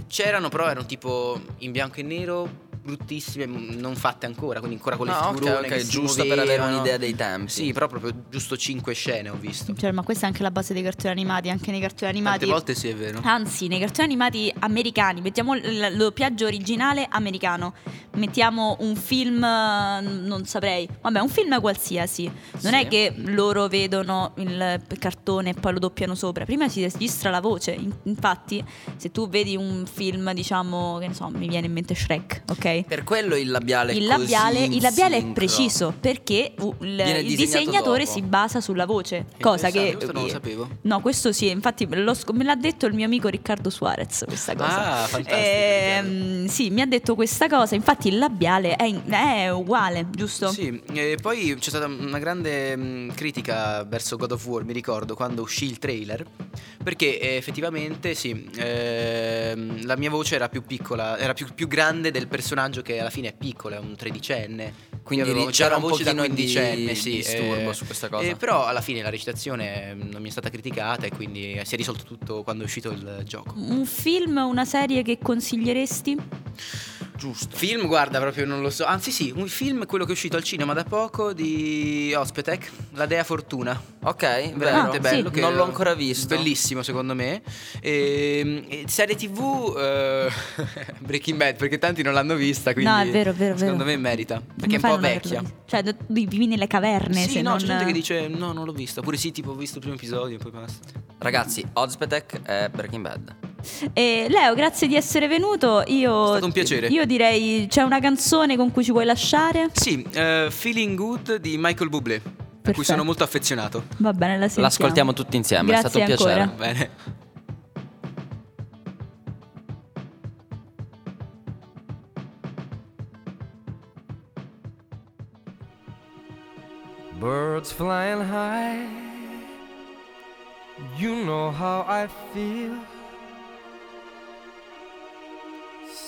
[SPEAKER 3] c'erano però erano tipo in bianco e nero, bruttissime, m- non fatte ancora, quindi ancora con le
[SPEAKER 2] Ah, ok,
[SPEAKER 3] figurone
[SPEAKER 2] ok,
[SPEAKER 3] che si
[SPEAKER 2] giusto per avere
[SPEAKER 3] muovevano.
[SPEAKER 2] un'idea dei tempi.
[SPEAKER 3] Sì, però proprio giusto 5 scene ho visto.
[SPEAKER 1] Cioè, ma questa è anche la base dei cartoni animati, anche nei cartoni
[SPEAKER 3] Tante
[SPEAKER 1] animati.
[SPEAKER 3] volte sì, è vero.
[SPEAKER 1] Anzi, nei cartoni animati americani, mettiamo il il doppiaggio originale americano, mettiamo un film, eh, non saprei, vabbè, un film qualsiasi. Non
[SPEAKER 2] Sì.
[SPEAKER 1] è che loro vedono il cartone e poi lo doppiano sopra, prima si registra la voce. In- Infatti, se tu vedi un film, diciamo, che ne so, mi viene in mente Shrek, ok?
[SPEAKER 2] Per quello il labiale è
[SPEAKER 1] Il
[SPEAKER 2] così
[SPEAKER 1] labiale,
[SPEAKER 2] in
[SPEAKER 1] il labiale è
[SPEAKER 2] sincro.
[SPEAKER 1] preciso perché uh, il,
[SPEAKER 2] Viene
[SPEAKER 1] il
[SPEAKER 2] disegnato
[SPEAKER 1] disegnatore
[SPEAKER 2] dopo. Esatto.
[SPEAKER 1] si basa sulla voce, cosa che
[SPEAKER 3] Esatto, Questo non lo sapevo.
[SPEAKER 1] No, questo sì, infatti l'ho sc- me l'ha detto il mio amico Riccardo Suarez questa cosa.
[SPEAKER 3] Ah, fantastico. Riccardo.
[SPEAKER 1] Ehm, sì, mi ha detto questa cosa, infatti il labiale è, in- è uguale, giusto?
[SPEAKER 3] Sì, e poi c'è stata una grande mh, critica verso God of War, mi ricordo, quando uscì il trailer, perché eh, effettivamente sì, ehm, la mia voce era più piccola, era più, più grande del personaggio che alla fine è piccolo, è un tredicenne.
[SPEAKER 2] Quindi
[SPEAKER 3] Io avevo
[SPEAKER 2] c'era
[SPEAKER 3] già
[SPEAKER 2] un pochino di-
[SPEAKER 3] sì,
[SPEAKER 2] di disturbo
[SPEAKER 3] eh,
[SPEAKER 2] su questa cosa.
[SPEAKER 3] eh, però alla fine la recitazione mh, non mi è stata criticata e quindi si è risolto tutto quando è uscito il gioco.
[SPEAKER 1] Un film, una serie che consiglieresti?
[SPEAKER 2] Giusto.
[SPEAKER 3] Film, guarda, proprio non lo so. Anzi, sì, un film, quello che è uscito al cinema da poco di Ospetec, La Dea Fortuna.
[SPEAKER 2] Ok,
[SPEAKER 3] Veramente
[SPEAKER 1] Ah,
[SPEAKER 3] bello.
[SPEAKER 1] sì.
[SPEAKER 3] che-
[SPEAKER 2] Non l'ho ancora visto.
[SPEAKER 3] Bellissimo, secondo me. E, e serie TV, eh, Breaking Bad, perché tanti non l'hanno vista. Quindi
[SPEAKER 1] no, è vero, è vero. è vero.
[SPEAKER 3] Secondo me merita. Perché
[SPEAKER 1] Come
[SPEAKER 3] è un
[SPEAKER 1] fai a
[SPEAKER 3] po'
[SPEAKER 1] non averlo
[SPEAKER 3] vecchia.
[SPEAKER 1] visto? Cioè, do- vivi nelle caverne.
[SPEAKER 3] sì,
[SPEAKER 1] se
[SPEAKER 3] no,
[SPEAKER 1] non...
[SPEAKER 3] c'è gente che dice no, non l'ho vista. Oppure sì, tipo ho visto il primo episodio e poi basta.
[SPEAKER 2] Ragazzi, Ozpetec è Breaking Bad.
[SPEAKER 1] E Eh, Leo, grazie di essere venuto. Io,
[SPEAKER 3] È stato un piacere.
[SPEAKER 1] Io direi c'è una canzone con cui ci vuoi lasciare?
[SPEAKER 3] Sì, eh, Feeling Good di Michael Bublé, a
[SPEAKER 1] Perfetto.
[SPEAKER 3] cui sono molto affezionato.
[SPEAKER 1] Va bene, la sentiamo.
[SPEAKER 2] L'ascoltiamo tutti insieme,
[SPEAKER 1] Grazie
[SPEAKER 2] è stato un piacere.
[SPEAKER 1] ancora.
[SPEAKER 3] Bene.
[SPEAKER 5] Birds flying high. You know how I feel.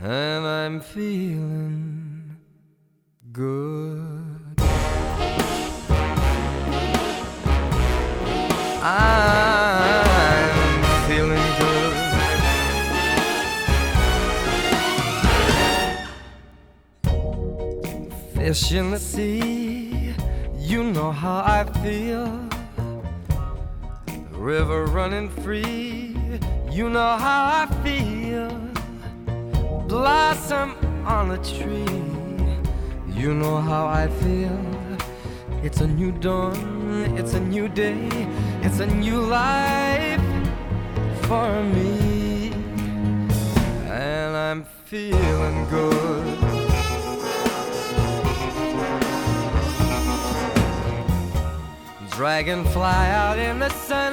[SPEAKER 5] And I'm feeling good. I'm feeling good. Fish in the sea, you know how I feel. River running free, you know how I feel. Blossom on a tree, you know how I feel. It's a new dawn, it's a new day, it's a new life for me. And I'm feeling good. Dragonfly out in the sun.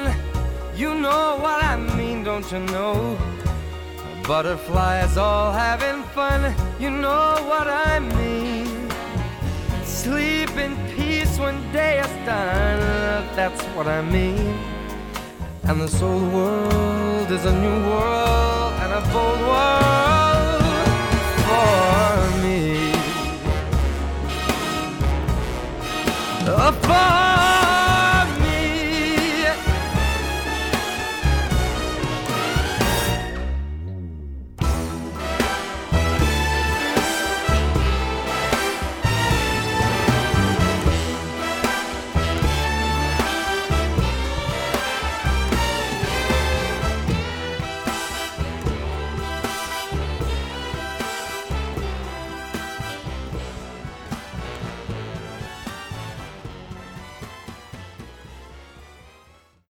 [SPEAKER 5] You know what I mean, don't you know? Butterflies all having fun. You know what I mean. Sleep in peace when day is done. That's what I mean. And this old world is a new world and a bold world for me. For